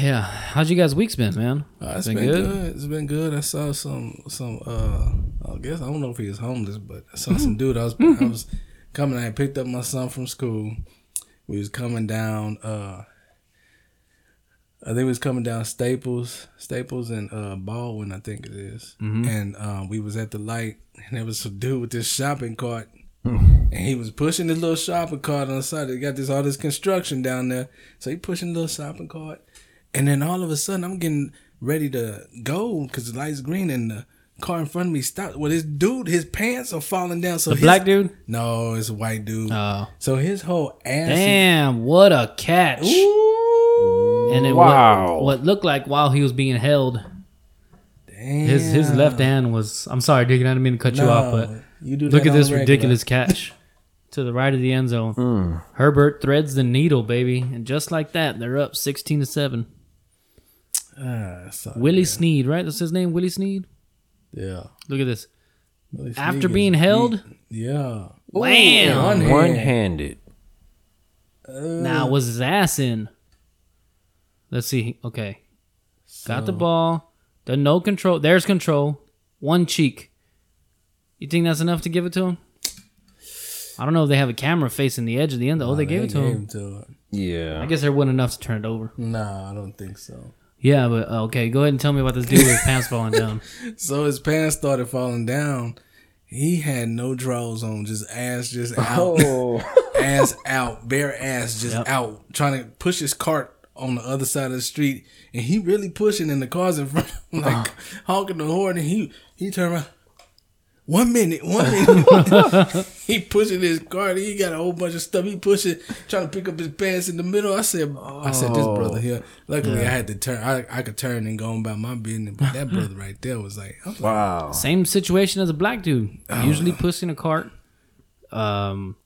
Speaker 2: Yeah. How's you guys' weeks been, man?
Speaker 3: Uh, it's been, good? It's been good. I saw some some uh I guess I don't know if he was homeless, but I saw some dude I was I was coming I had picked up my son from school. We was coming down uh I think we was coming down Staples, Staples and uh Baldwin, I think it is.
Speaker 2: Mm-hmm.
Speaker 3: And uh, we was at the light and there was some dude with this shopping cart
Speaker 2: Mm.
Speaker 3: and he was pushing his little shopping cart on the side. They got this all this construction down there, so he pushing the little shopping cart, and then all of a sudden I'm getting ready to go because the light's green and the car in front of me stopped. Well, this dude, his pants are falling down. So
Speaker 2: The
Speaker 3: his-
Speaker 2: black dude.
Speaker 3: No, it's a white dude.
Speaker 2: Oh.
Speaker 3: so his whole ass. is-
Speaker 2: Damn! What a catch! And then
Speaker 4: Wow.
Speaker 2: what, what looked like while he was being held,
Speaker 3: Damn.
Speaker 2: his his left hand was. I'm sorry, dude. I didn't mean to cut you off, but
Speaker 3: No, you do
Speaker 2: Look
Speaker 3: that
Speaker 2: at
Speaker 3: on
Speaker 2: this
Speaker 3: the regular.
Speaker 2: ridiculous catch to the right of the end zone. Herbert threads the needle, baby, and just like that, they're up sixteen to seven.
Speaker 3: Ah, sorry.
Speaker 2: Willie Sneed, right? That's his name, Willie Sneed.
Speaker 3: yeah.
Speaker 2: Look at this.
Speaker 3: Willie
Speaker 2: After
Speaker 3: Sneed
Speaker 2: being
Speaker 3: is-
Speaker 2: held,
Speaker 3: Yeah.
Speaker 2: wham!
Speaker 3: One hand.
Speaker 4: One handed.
Speaker 2: Now was his ass in. Let's see. Okay, got the ball. The no control. There's control. One cheek. You think that's enough to give it to him? I don't know if they have a camera facing the edge of the end. Oh, they gave it to him.
Speaker 4: Yeah.
Speaker 2: I guess there wasn't enough to turn it over.
Speaker 3: Nah, I don't think so.
Speaker 2: Yeah, but uh, okay, go ahead and tell me about this dude with his pants falling down.
Speaker 3: So his pants started falling down. He had no drawers on, just ass just out,
Speaker 2: Oh,
Speaker 3: ass out, bare ass just out, trying to push his cart on the other side of the street, and he really pushing, and the cars in front, of him, like honking the horn, and he he turned around. One minute, one minute. he pushing his cart. He got a whole bunch of stuff. He pushing, trying to pick up his pants in the middle. I said, I said, this brother here. Luckily, I had to turn. I, I could turn and go on about my business. But that brother right there was like, I was like,
Speaker 4: Wow.
Speaker 2: Same situation as a black dude, usually pushing a cart, um,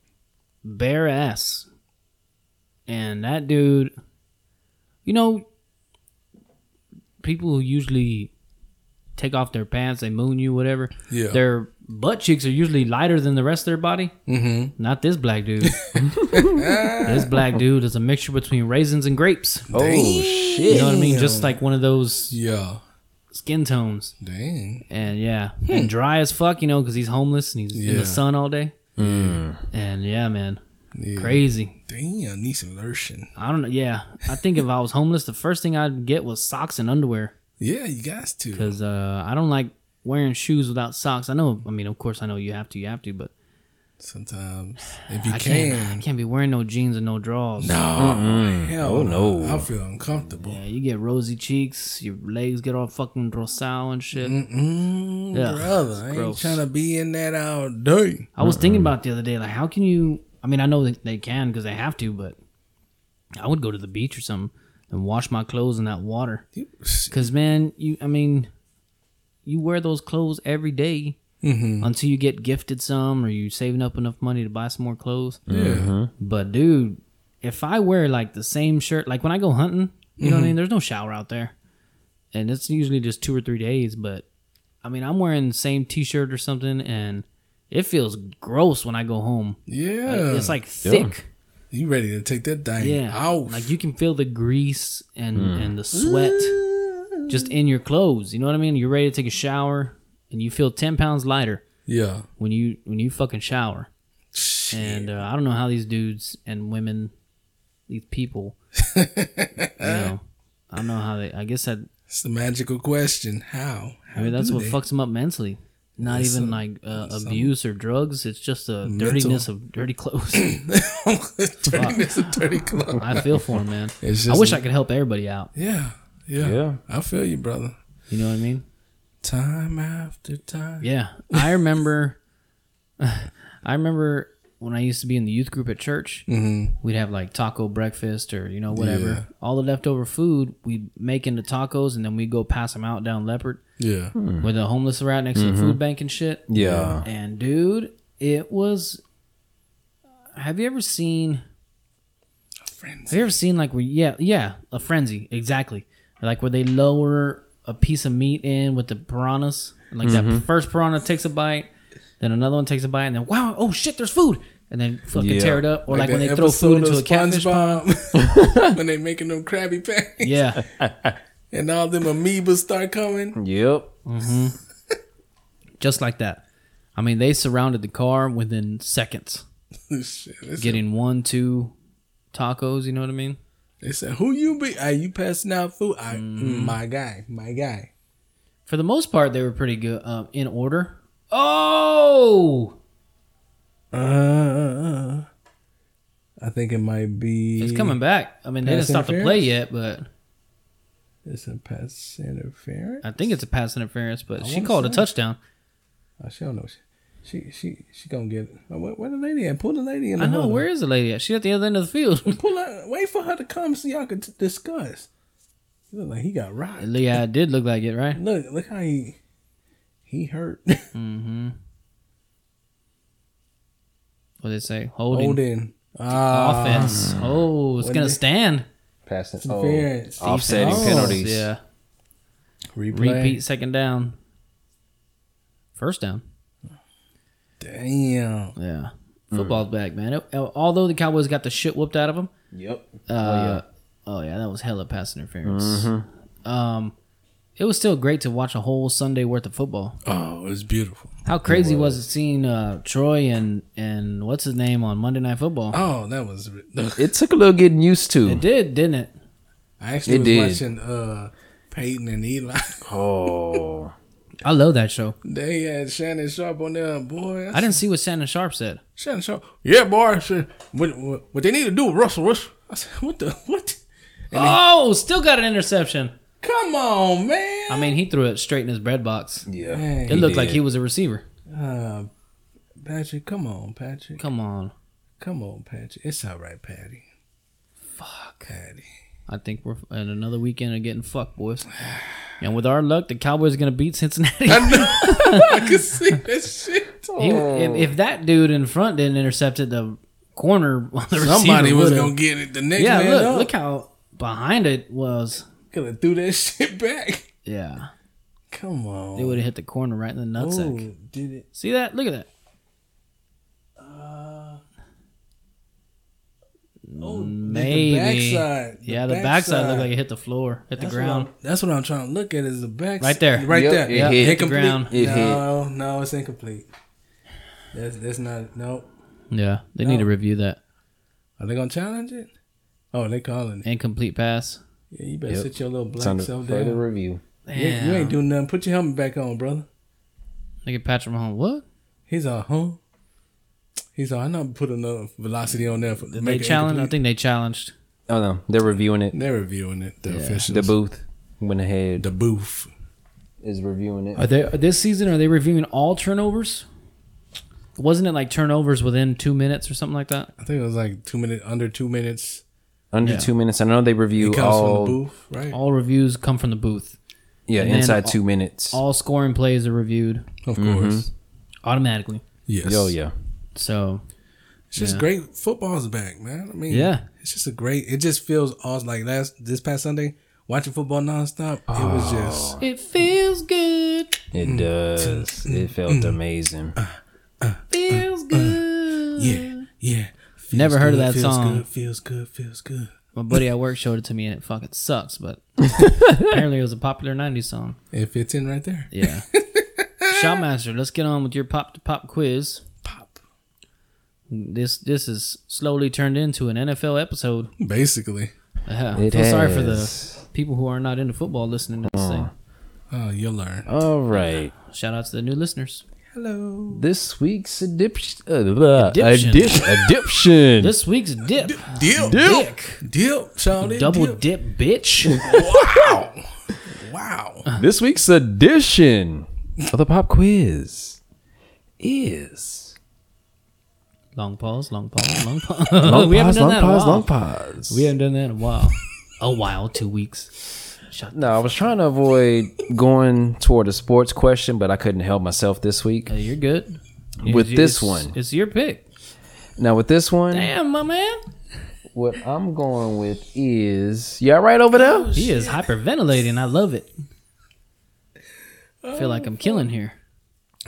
Speaker 2: bare ass, and that dude, you know, people who usually take off their pants, they moon you, whatever.
Speaker 3: Yeah.
Speaker 2: their butt cheeks are usually lighter than the rest of their body. Mm-hmm. Not this black dude. this black dude is a mixture between raisins and grapes.
Speaker 4: Oh,
Speaker 2: You
Speaker 4: shit.
Speaker 2: know what I mean? Just like one of those
Speaker 3: Yeah.
Speaker 2: skin tones.
Speaker 3: Dang.
Speaker 2: And yeah, and dry as fuck, you know, because he's homeless and he's in
Speaker 3: Hmm. Yeah. Hmm.
Speaker 2: the sun all day. And yeah, man,
Speaker 3: Yeah.
Speaker 2: crazy.
Speaker 3: Damn, need some lotion.
Speaker 2: I don't know. Yeah, I think if I was homeless, the first thing I'd get was socks and underwear
Speaker 3: Yeah, you guys too.
Speaker 2: because uh, I don't like wearing shoes without socks. I know. I mean, of course, I know you have to. You have to, but
Speaker 3: Sometimes if you
Speaker 2: I
Speaker 3: can.
Speaker 2: can't. I can't be wearing no jeans and no drawers.
Speaker 3: No. Hell
Speaker 4: Oh,
Speaker 3: no.
Speaker 4: no.
Speaker 3: I feel uncomfortable.
Speaker 2: Yeah, you get rosy cheeks. Your legs get all fucking rosal and shit.
Speaker 3: Mm,
Speaker 2: Yeah,
Speaker 3: brother, I ain't
Speaker 2: gross.
Speaker 3: trying to be in that all day.
Speaker 2: I was thinking about it the other day, like, how can you? I mean, I know that they can because they have to, but I would go to the beach or something and wash my clothes in that water.
Speaker 3: You-
Speaker 2: Because, man, you, I mean, you wear those clothes every day
Speaker 3: Mm-hmm.
Speaker 2: until you get gifted some or you saving up enough money to buy some more clothes.
Speaker 3: Yeah. Mm-hmm.
Speaker 2: But, dude, if I wear like the same shirt, like when I go hunting, you
Speaker 3: Mm-hmm.
Speaker 2: know what I mean? There's no shower out there. And it's usually just two or three days, but I mean, I'm wearing the same t shirt or something and It feels gross when I go home.
Speaker 3: Yeah.
Speaker 2: Like, It's like thick.
Speaker 3: you ready to take that thing
Speaker 2: Yeah.
Speaker 3: out.
Speaker 2: Like you can feel the grease and and the sweat just in your clothes. You know what I mean? You're ready to take a shower and you feel 10 pounds lighter
Speaker 3: yeah.
Speaker 2: when you when you fucking shower.
Speaker 3: Shit.
Speaker 2: And uh, I don't know how these dudes and women, these people, you know, I don't know how they. I guess that
Speaker 3: It's the magical question. How? How
Speaker 2: maybe that's
Speaker 3: do
Speaker 2: what
Speaker 3: they?
Speaker 2: fucks them up mentally. Not
Speaker 3: That's
Speaker 2: even
Speaker 3: some-
Speaker 2: like uh, abuse or drugs. It's just the
Speaker 3: Mental.
Speaker 2: dirtiness of dirty clothes.
Speaker 3: dirtiness of dirty clothes.
Speaker 2: I feel for them, man.
Speaker 3: It's
Speaker 2: I
Speaker 3: just-
Speaker 2: wish I could help everybody out.
Speaker 3: Yeah. Yeah.
Speaker 4: Yeah.
Speaker 3: I feel you, brother.
Speaker 2: You know what I mean?
Speaker 3: Time after time.
Speaker 2: Yeah, I remember. I remember when I used to be in the youth group at church.
Speaker 3: Mhm.
Speaker 2: We'd have like taco breakfast or you know whatever.
Speaker 3: Yeah.
Speaker 2: All the leftover food we'd make into tacos and then we'd go pass them out down Leopard
Speaker 3: Yeah.
Speaker 4: Hmm.
Speaker 2: where the homeless were at next to the food bank and shit.
Speaker 4: Yeah.
Speaker 2: And dude, it was. Have you ever seen?
Speaker 3: Friends.
Speaker 2: Have you ever seen like where yeah yeah a frenzy exactly like where they lower a piece of meat in with the piranhas and like that first piranha takes a bite, then another one takes a bite and then wow oh shit there's food and then fucking
Speaker 4: Yeah.
Speaker 2: tear it up or like, when
Speaker 3: that
Speaker 2: they throw food into
Speaker 3: episode
Speaker 2: a
Speaker 3: of
Speaker 2: catfish pond.
Speaker 3: SpongeBob when they making them Krabby Patties
Speaker 2: Yeah,
Speaker 3: and all them amoebas start coming.
Speaker 4: Yep.
Speaker 2: just like that. I mean they surrounded the car within seconds,
Speaker 3: Shit, it's-
Speaker 2: getting one two tacos. You know what I mean?
Speaker 3: They said, "Who you be? Are you passing out food? I, mm,
Speaker 2: Mm-hmm.
Speaker 3: my guy, my guy."
Speaker 2: for the most part, they were pretty good um, in order. Oh,
Speaker 3: Uh, I think it might be.
Speaker 2: Uh-huh. it's coming back. I mean, they didn't
Speaker 3: Pass
Speaker 2: stop the play yet, but
Speaker 3: It's a pass interference.
Speaker 2: I think it's a pass interference. But she
Speaker 3: wanna
Speaker 2: called a
Speaker 3: say.
Speaker 2: touchdown.
Speaker 3: I sure know. Oh, She, she, she, she gonna get. It. Oh, Where, where the lady at? Pull the lady in. The
Speaker 2: I know.
Speaker 3: huddle.
Speaker 2: Where is the lady at? She at the other end of the field.
Speaker 3: Pull her. Wait for her to come so y'all can t- discuss. He look like he got rocked.
Speaker 2: yeah, it did look like it, right?
Speaker 3: Look, look how he, he hurt.
Speaker 2: What did it say? Holding
Speaker 3: Hold in. Ah,
Speaker 2: offense. Oh, it's
Speaker 3: What
Speaker 2: gonna
Speaker 3: did it-
Speaker 2: stand.
Speaker 4: Passing.
Speaker 3: Interference.
Speaker 4: Oh, offsetting
Speaker 2: Oh,
Speaker 4: penalties.
Speaker 2: Yeah.
Speaker 3: Oh. replay.
Speaker 2: Repeat second down. First down.
Speaker 3: Damn.
Speaker 2: Yeah. Mm. Football's back, man. It- although the Cowboys got the shit whooped out of them,
Speaker 4: Yep.
Speaker 2: Uh, oh, yeah. that was hella pass interference. Um, it was still great to watch a whole Sunday worth of football.
Speaker 3: Oh, it's beautiful.
Speaker 2: How crazy was. it seeing uh, Troy and and what's his name on Monday Night Football?
Speaker 3: Oh, that was. re-
Speaker 4: It took a little getting used
Speaker 2: It
Speaker 4: to.
Speaker 2: did, didn't it?
Speaker 3: I actually
Speaker 4: It
Speaker 3: was
Speaker 4: did.
Speaker 3: watching uh Peyton and Eli.
Speaker 4: Oh.
Speaker 2: I love that show.
Speaker 3: they had Shannon Sharp on there, boy.
Speaker 2: I didn't see what Shannon Sharp said.
Speaker 3: Shannon Sharp. Yeah, boy. I said, What, what, what they need to do, with Russell Russell. I said, what the what?
Speaker 2: Oh, still got an interception.
Speaker 3: Come on, man.
Speaker 2: I mean, he threw it straight in his bread box.
Speaker 4: Yeah.
Speaker 3: Man.
Speaker 2: It looked like
Speaker 4: did.
Speaker 2: he was a receiver.
Speaker 3: Uh, Patrick, come on, Patrick.
Speaker 2: Come on,
Speaker 3: Come on, Patrick. It's all right, Patty. Fuck, Patty.
Speaker 2: I think we're at another weekend of getting fucked, boys. And with our luck, the Cowboys are gonna beat Cincinnati.
Speaker 3: I could see that shit.
Speaker 2: He, if, if that dude in front didn't intercept it, the corner on the
Speaker 3: Somebody
Speaker 2: receiver
Speaker 3: was
Speaker 2: would've.
Speaker 3: gonna get it. The next
Speaker 2: Yeah,
Speaker 3: man
Speaker 2: look,
Speaker 3: up.
Speaker 2: look how behind it was.
Speaker 3: Could have threw that shit back.
Speaker 2: Yeah,
Speaker 3: Come on.
Speaker 2: they would have hit the corner right in the nutsack.
Speaker 3: Ooh, did it.
Speaker 2: See that? Look at that.
Speaker 3: Oh,
Speaker 2: Maybe.
Speaker 3: The backside.
Speaker 2: yeah, the backside, looked like it hit the floor, hit the ground.
Speaker 3: that's what I'm trying to look at is the backside.
Speaker 2: Right there.
Speaker 3: Right
Speaker 4: Yep,
Speaker 3: there.
Speaker 4: it Yeah. hit.
Speaker 2: Hit the ground.
Speaker 4: It
Speaker 3: no, no, it's incomplete. That's that's not no.
Speaker 2: Yeah, they need to review that
Speaker 3: Are they gonna challenge it? Oh, they calling it.
Speaker 2: incomplete pass.
Speaker 3: Yeah, you better
Speaker 4: Yep.
Speaker 3: sit your little
Speaker 4: It's
Speaker 3: black
Speaker 4: under
Speaker 3: self
Speaker 4: further
Speaker 3: down.
Speaker 4: review.
Speaker 2: Damn.
Speaker 3: You, ain't- you ain't doing nothing. Put your helmet back on, brother.
Speaker 2: Look at Patrick Mahomes. What?
Speaker 3: He's all, huh? He's all, I know. Put another velocity on there for
Speaker 2: Did they challenge? I think they challenged.
Speaker 4: Oh no, they're reviewing it.
Speaker 3: they're reviewing it. The officials.
Speaker 4: The booth went ahead
Speaker 3: The booth.
Speaker 4: is reviewing it.
Speaker 2: Are they this season? Are they reviewing all turnovers? Wasn't it like turnovers within two minutes or something like that?
Speaker 3: I think it was like two minutes, under two minutes.
Speaker 4: Under
Speaker 2: Yeah.
Speaker 4: two minutes. I know they review
Speaker 3: It comes
Speaker 4: all.
Speaker 3: from the booth, right?
Speaker 2: All reviews come from the booth.
Speaker 4: yeah,
Speaker 2: and then
Speaker 4: inside
Speaker 2: all-
Speaker 4: two minutes.
Speaker 2: All scoring plays are reviewed
Speaker 3: of course.
Speaker 2: Mm-hmm. automatically.
Speaker 3: Yes.
Speaker 4: Yo, yeah.
Speaker 2: So
Speaker 3: It's just great. Football's back, man. I mean,
Speaker 2: Yeah.
Speaker 3: it's just a great. It just feels awesome. Like last this past Sunday, watching football nonstop, it
Speaker 2: Oh.
Speaker 3: was just
Speaker 2: it feels good.
Speaker 4: It does. It felt amazing.
Speaker 2: Feels good.
Speaker 3: Uh, Yeah, yeah. Feels
Speaker 2: Never heard of
Speaker 3: good,
Speaker 2: that
Speaker 3: feels
Speaker 2: song.
Speaker 3: Good, feels good, feels good.
Speaker 2: My buddy at work showed it to me and it fucking sucks, but apparently it was a popular 90s song.
Speaker 3: It fits in right there.
Speaker 2: Yeah. Shotmaster, let's get on with your pop to pop quiz.
Speaker 3: Pop.
Speaker 2: This this is slowly turned into an NFL episode.
Speaker 3: Basically.
Speaker 2: Yeah, I
Speaker 4: It
Speaker 2: feel sorry for the
Speaker 4: has.
Speaker 2: people who are not into football listening to this thing.
Speaker 3: Oh, you'll learn.
Speaker 4: All right.
Speaker 2: Shout out to the new listeners.
Speaker 3: Hello.
Speaker 4: This week's addiction. Uh, blah,
Speaker 2: Addiction.
Speaker 4: addic- addiction.
Speaker 2: This week's dip.
Speaker 3: Deal.
Speaker 2: Dick.
Speaker 3: Deal. Shawty.
Speaker 2: Double
Speaker 3: deal.
Speaker 2: dip, bitch.
Speaker 3: Wow.
Speaker 2: Uh.
Speaker 3: wow.
Speaker 4: This week's edition of the pop quiz is
Speaker 2: long pause, long pause, long pause. Oh, we haven't done that in a while.
Speaker 4: long pause.
Speaker 2: We haven't done that in a while. a while, two weeks. Shut
Speaker 4: no, I was trying to avoid going toward a sports question, but I couldn't help myself this week.
Speaker 2: Hey, you're good.
Speaker 4: With
Speaker 2: It's- it's-
Speaker 4: this one.
Speaker 2: It's your pick.
Speaker 4: Now with this one,
Speaker 2: Damn, my man.
Speaker 4: what I'm going with is y'all right over there.
Speaker 2: He is hyperventilating. I love it. I feel like I'm killing here.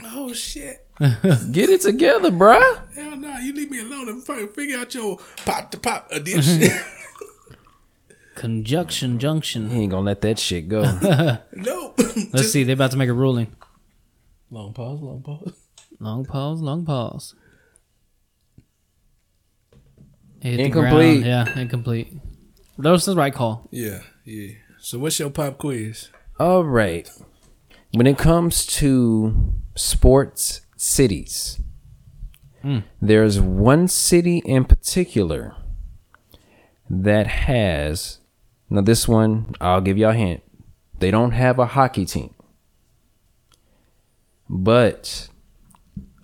Speaker 3: Oh, shit.
Speaker 4: Get it together, bruh.
Speaker 3: Hell no. You leave me alone and fucking figure out your pop to pop
Speaker 2: Mm-hmm.
Speaker 3: addiction.
Speaker 2: Conjunction junction.
Speaker 4: He ain't gonna let that shit go.
Speaker 3: nope.
Speaker 2: Let's see. They're about to make a ruling.
Speaker 3: Long pause, long pause.
Speaker 2: Long pause, long pause. Hit the
Speaker 4: Incomplete.
Speaker 2: ground. Yeah, incomplete. That was the right call.
Speaker 3: Yeah, yeah. So what's your pop quiz?
Speaker 4: All right. When it comes to sports cities, there's one city in particular that has. Now, this one, I'll give y'all a hint. They don't have a hockey team. But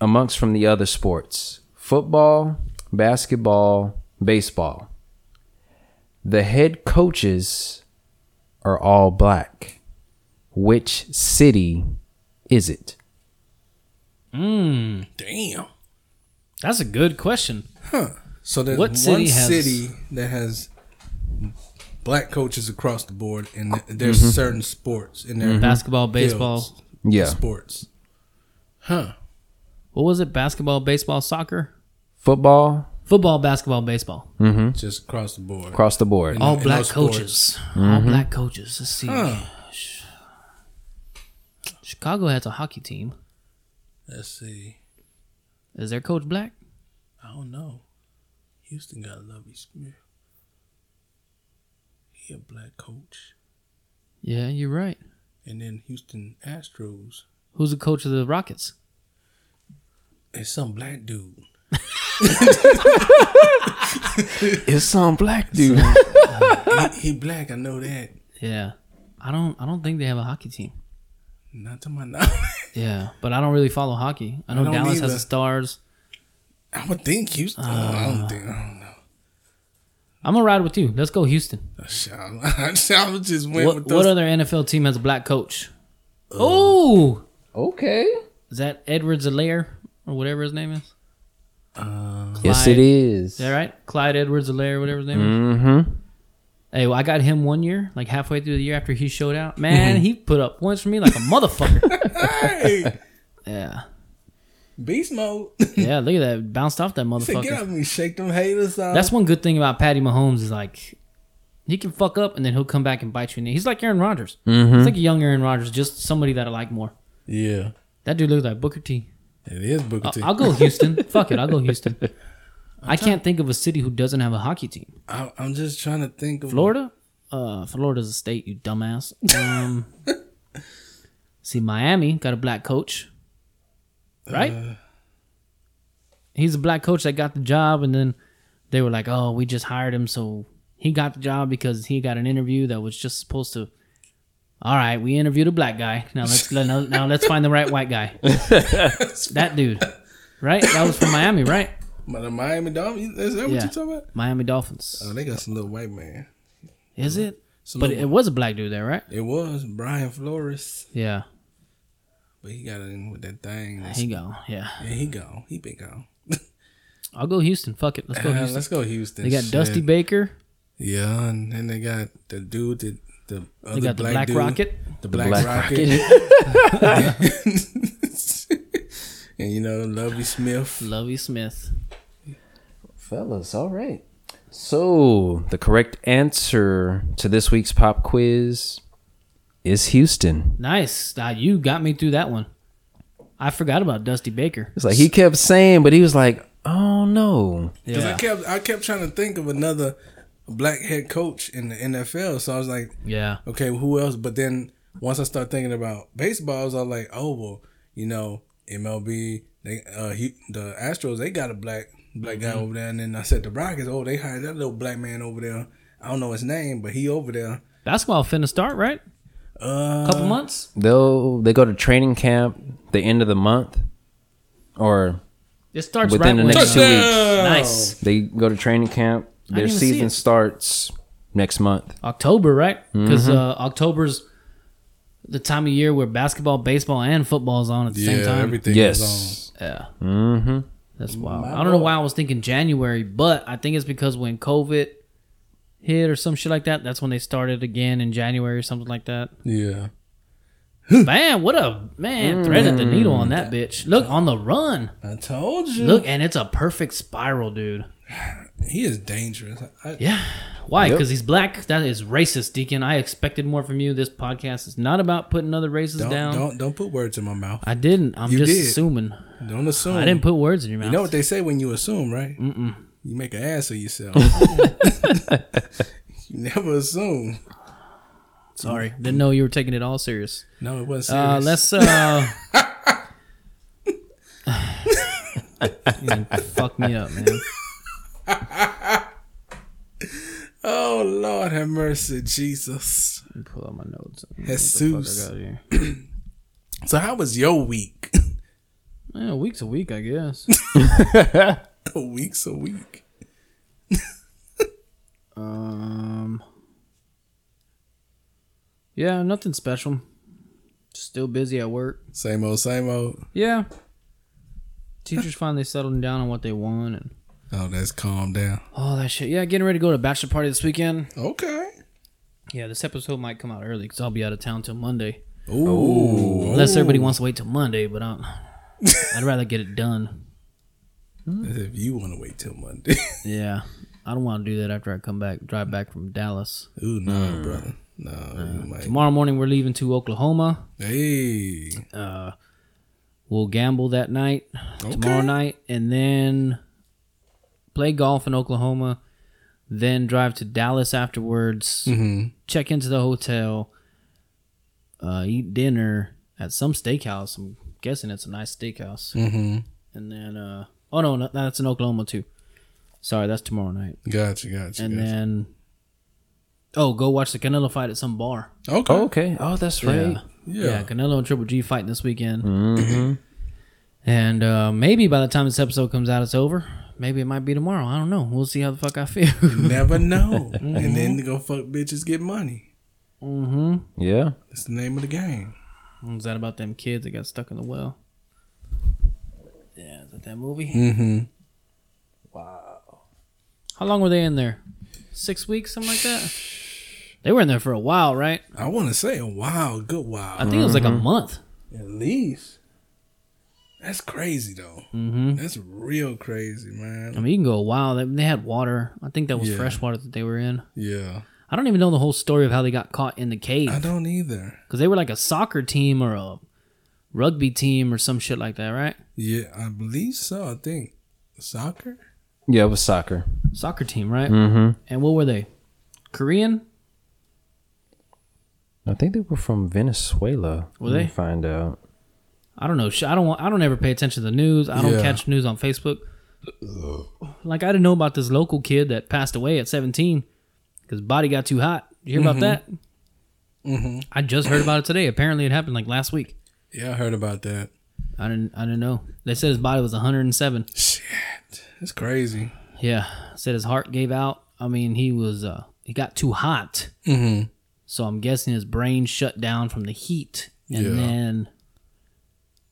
Speaker 4: amongst from the other sports football, basketball, baseball the head coaches are all black which city is it?
Speaker 2: Mm,
Speaker 3: Damn.
Speaker 2: that's a good question.
Speaker 3: Huh. So there's
Speaker 2: What
Speaker 3: one
Speaker 2: city
Speaker 3: city,
Speaker 2: has-
Speaker 3: that has black coaches across the board, and th- there's certain sports in there.
Speaker 2: Mm-hmm. Basketball, baseball.
Speaker 4: Yeah.
Speaker 3: Sports. Huh.
Speaker 2: What was it? Basketball, baseball, soccer?
Speaker 4: Football
Speaker 2: Football, basketball, baseball.
Speaker 3: Just across the board.
Speaker 4: Hmm? across the board.
Speaker 2: All
Speaker 3: in
Speaker 2: black
Speaker 3: those sports.
Speaker 2: coaches. All black coaches. Let's see. Sh- Chicago has a hockey team.
Speaker 3: Let's see.
Speaker 2: Is their coach black?
Speaker 3: I don't know. Houston got Lovey Smith. He a black coach.
Speaker 2: Yeah, you're right.
Speaker 3: And then Houston Astros.
Speaker 2: Who's the coach of the Rockets?
Speaker 3: It's some black dude.
Speaker 4: It's some black dude.
Speaker 3: he, he black, I know that.
Speaker 2: Yeah. I don't I don't think they have a hockey team.
Speaker 3: Not to my knowledge.
Speaker 2: Yeah, but I don't really follow hockey. I know
Speaker 3: don't
Speaker 2: Dallas has
Speaker 3: either.
Speaker 2: the Stars.
Speaker 3: I would think Houston. I
Speaker 2: Uh.
Speaker 3: don't think. I don't know.
Speaker 2: I'm gonna ride with you. Let's go Houston.
Speaker 3: I just went
Speaker 2: What,
Speaker 3: with
Speaker 2: what
Speaker 3: those.
Speaker 2: other NFL team has a black coach? Oh,
Speaker 4: okay.
Speaker 2: is that Edwards Alaire or whatever his name is?
Speaker 4: Yes,
Speaker 2: Clyde.
Speaker 4: it is.
Speaker 2: Is that right? Clyde Edwards Alaire, whatever his name is.
Speaker 4: Mm-hmm.
Speaker 2: Hey, well, I got him one year, like halfway through the year after he showed out. Man, he put up points for me like a motherfucker.
Speaker 3: Mm-hmm. hey,
Speaker 2: yeah.
Speaker 3: beast mode.
Speaker 2: Yeah, look at that. Bounced off that
Speaker 3: Say, get
Speaker 2: motherfucker.
Speaker 3: out of me, shake them haters off.
Speaker 2: That's one good thing about Patty Mahomes is like he can fuck up and then he'll come back and bite you. in the- He's like Aaron Rodgers. He's like a young Aaron Rodgers, just somebody that I like more.
Speaker 3: yeah,
Speaker 2: That dude looks like Booker T.
Speaker 3: it is Booker T.
Speaker 2: will go Houston. Fuck it, I'll go Houston. I can't think of a city who doesn't have a hockey team.
Speaker 3: I, I'm just trying to think of
Speaker 2: Florida? Uh, Florida's a state, you dumbass. Um, see, Miami got a black coach, right? He's a black coach that got the job, and then they were like, "Oh, we just hired him, so he got the job because he got an interview that was just supposed to." All right, we interviewed a black guy. Now let's let, now, now let's find the right white guy. that dude, right? That was from Miami, right?
Speaker 3: My- the Miami Dolphins. Is that what
Speaker 2: Yeah.
Speaker 3: you're talking about?
Speaker 2: Miami Dolphins.
Speaker 3: Oh, they got some little white man.
Speaker 2: Is it?
Speaker 3: Some
Speaker 2: But
Speaker 3: little-
Speaker 2: it was a black dude there, right?
Speaker 3: it was Brian Flores,
Speaker 2: Yeah.
Speaker 3: but he got in with that thing. That's,
Speaker 2: He go. Yeah.
Speaker 3: yeah, he gone. He been gone.
Speaker 2: I'll go Houston. Fuck it. Let's go
Speaker 3: Uh,
Speaker 2: Houston.
Speaker 3: let's go Houston.
Speaker 2: They got
Speaker 3: Shit.
Speaker 2: Dusty Baker.
Speaker 3: Yeah, and then they got the dude that the other
Speaker 2: They got the
Speaker 3: black,
Speaker 2: Black
Speaker 3: dude,
Speaker 2: Rocket.
Speaker 3: the Black,
Speaker 4: Black
Speaker 3: Rocket. And you know, Lovey Smith.
Speaker 2: Lovey Smith.
Speaker 4: Fellas, all right. So, the correct answer to this week's pop quiz is Houston.
Speaker 2: Nice. Ah, you got me through that one. I forgot about Dusty Baker.
Speaker 4: It's like he kept saying, but he was like, oh no.
Speaker 3: Because I kept I kept trying to think of another black head coach in the NFL. So I was like,
Speaker 2: Yeah.
Speaker 3: okay, well, who else? But then once I start thinking about baseball, I was all like, oh well, you know, MLB, they uh, he, the Astros, they got a black black
Speaker 2: Mm-hmm.
Speaker 3: guy over there, and then I said the Rockets, oh, they hired that little black man over there. I don't know his name, but he over there.
Speaker 2: Basketball finna start, right?
Speaker 3: Uh,
Speaker 2: Couple months?
Speaker 4: They'll they go to training camp the end of the month or
Speaker 2: It starts
Speaker 4: within
Speaker 2: right
Speaker 4: the next two
Speaker 2: when-
Speaker 4: weeks.
Speaker 2: Nice.
Speaker 4: They go to training camp. Their
Speaker 2: didn't even see
Speaker 4: season
Speaker 2: it.
Speaker 4: starts next month.
Speaker 2: October, right? Because
Speaker 4: Mm-hmm.
Speaker 2: uh, October's the time of year where basketball, baseball, and football is on at the same time.
Speaker 3: everything
Speaker 4: Yes.
Speaker 2: yeah.
Speaker 4: Mm-hmm.
Speaker 2: That's wild. I don't know why I was thinking January, but I think it's because when COVID hit or some shit like that, that's when they started again in January or something like that.
Speaker 3: Yeah.
Speaker 2: Man, what a man threaded the needle on that bitch. Look on the run.
Speaker 3: I told you.
Speaker 2: Look, and it's a perfect spiral, dude.
Speaker 3: He is dangerous. I,
Speaker 2: Yeah. Why? Because he's black. That is racist, Deacon. I expected more from you. This podcast is not about putting other races
Speaker 3: don't
Speaker 2: down.
Speaker 3: don't don't put words in my mouth.
Speaker 2: I didn't. I'm
Speaker 3: You
Speaker 2: just
Speaker 3: did.
Speaker 2: assuming.
Speaker 3: Don't assume.
Speaker 2: I didn't put words in your mouth.
Speaker 3: You know what they say when you assume, right? Mm-mm. You make an ass of yourself. you never assume.
Speaker 2: Sorry, didn't know you were taking it all serious.
Speaker 3: No, it wasn't.
Speaker 2: Uh,
Speaker 3: serious.
Speaker 2: let's. Uh, you done fuck me up, man.
Speaker 3: Oh Lord, have mercy, Jesus.
Speaker 2: Let me pull out my notes.
Speaker 3: Jesus.
Speaker 2: What the fuck I got here?
Speaker 3: So, how was your week?
Speaker 2: Yeah, week's a week, I guess.
Speaker 3: a week's a week.
Speaker 2: Um. Yeah, nothing special. Still busy at work.
Speaker 3: Same old, same old.
Speaker 2: Yeah. Teachers finally settling down on what they want and
Speaker 3: Oh, that's calm down.
Speaker 2: all that shit. Yeah, getting ready to go to a bachelor party this weekend.
Speaker 3: Okay.
Speaker 2: Yeah, this episode might come out early because I'll be out of town till Monday. Oh.
Speaker 3: Ooh,
Speaker 2: Unless everybody wants to wait till Monday, but I'm, I'd rather get it done.
Speaker 3: if you want to wait till Monday.
Speaker 2: Yeah. I don't want to do that after I come back, drive back from Dallas.
Speaker 3: Ooh, no,
Speaker 2: Mm.
Speaker 3: brother. No, you might.
Speaker 2: Tomorrow morning, we're leaving to Oklahoma.
Speaker 3: Hey,
Speaker 2: We'll gamble that night, tomorrow
Speaker 3: Okay.
Speaker 2: night, and then play golf in Oklahoma. Then drive to Dallas afterwards,
Speaker 3: Mm-hmm.
Speaker 2: check into the hotel, uh, eat dinner at some steakhouse. I'm guessing it's a nice steakhouse. Mm-hmm. And then, uh, oh no, no, that's in Oklahoma too. Sorry, that's tomorrow night.
Speaker 3: gotcha, gotcha.
Speaker 2: And
Speaker 3: gotcha.
Speaker 2: then, oh, go watch the Canelo fight at some bar.
Speaker 3: okay,
Speaker 4: Oh, okay. Oh, that's right.
Speaker 2: Yeah.
Speaker 3: yeah.
Speaker 2: Yeah. Canelo and Triple G fighting this weekend. and uh, maybe by the time this episode comes out, it's over. Maybe it might be tomorrow. I don't know. We'll see how the fuck I feel.
Speaker 3: Never know. and then to go fuck bitches, get money.
Speaker 2: mm-hmm.
Speaker 4: Yeah.
Speaker 3: That's the name of the game.
Speaker 2: Was that about them kids that got stuck in the well? Yeah, is that that movie?
Speaker 3: Mm-hmm.
Speaker 2: How long were they in there? Six weeks, something like that. They were in there for a while, right?
Speaker 3: I want to say a while, good while.
Speaker 2: I think it was like a month.
Speaker 3: At least. That's crazy though.
Speaker 2: Mm-hmm.
Speaker 3: That's real crazy,
Speaker 2: I
Speaker 3: man.
Speaker 2: mean, you can go a while. They, they had water. I think that was
Speaker 3: Yeah.
Speaker 2: fresh water that they were in.
Speaker 3: Yeah.
Speaker 2: I don't even know the whole story of how they got caught in the cave.
Speaker 3: I don't either.
Speaker 2: because they were like a soccer team or a rugby team or some shit like that, right?
Speaker 3: Yeah, I believe so. I think soccer.
Speaker 4: Yeah, it was soccer.
Speaker 2: Soccer team, right?
Speaker 4: Mm-hmm.
Speaker 2: And what were they? Korean?
Speaker 4: I think they were from Venezuela.
Speaker 2: Were
Speaker 4: Let me
Speaker 2: they?
Speaker 4: Find out.
Speaker 2: I don't know. Sh- I don't. Want, I don't ever pay attention to the news. I don't
Speaker 3: Yeah.
Speaker 2: catch news on Facebook. Like I didn't know about this local kid that passed away at 17 because body got too hot. You hear about that? I just heard about it today. Apparently, it happened like last week.
Speaker 3: Yeah, I heard about that.
Speaker 2: I didn't. I didn't know. They said his body was 107.
Speaker 3: Shit. That's crazy.
Speaker 2: Yeah, said his heart gave out. I mean, he was uh he got too hot.
Speaker 3: Mhm.
Speaker 2: So I'm guessing his brain shut down from the heat, and
Speaker 3: Yeah.
Speaker 2: then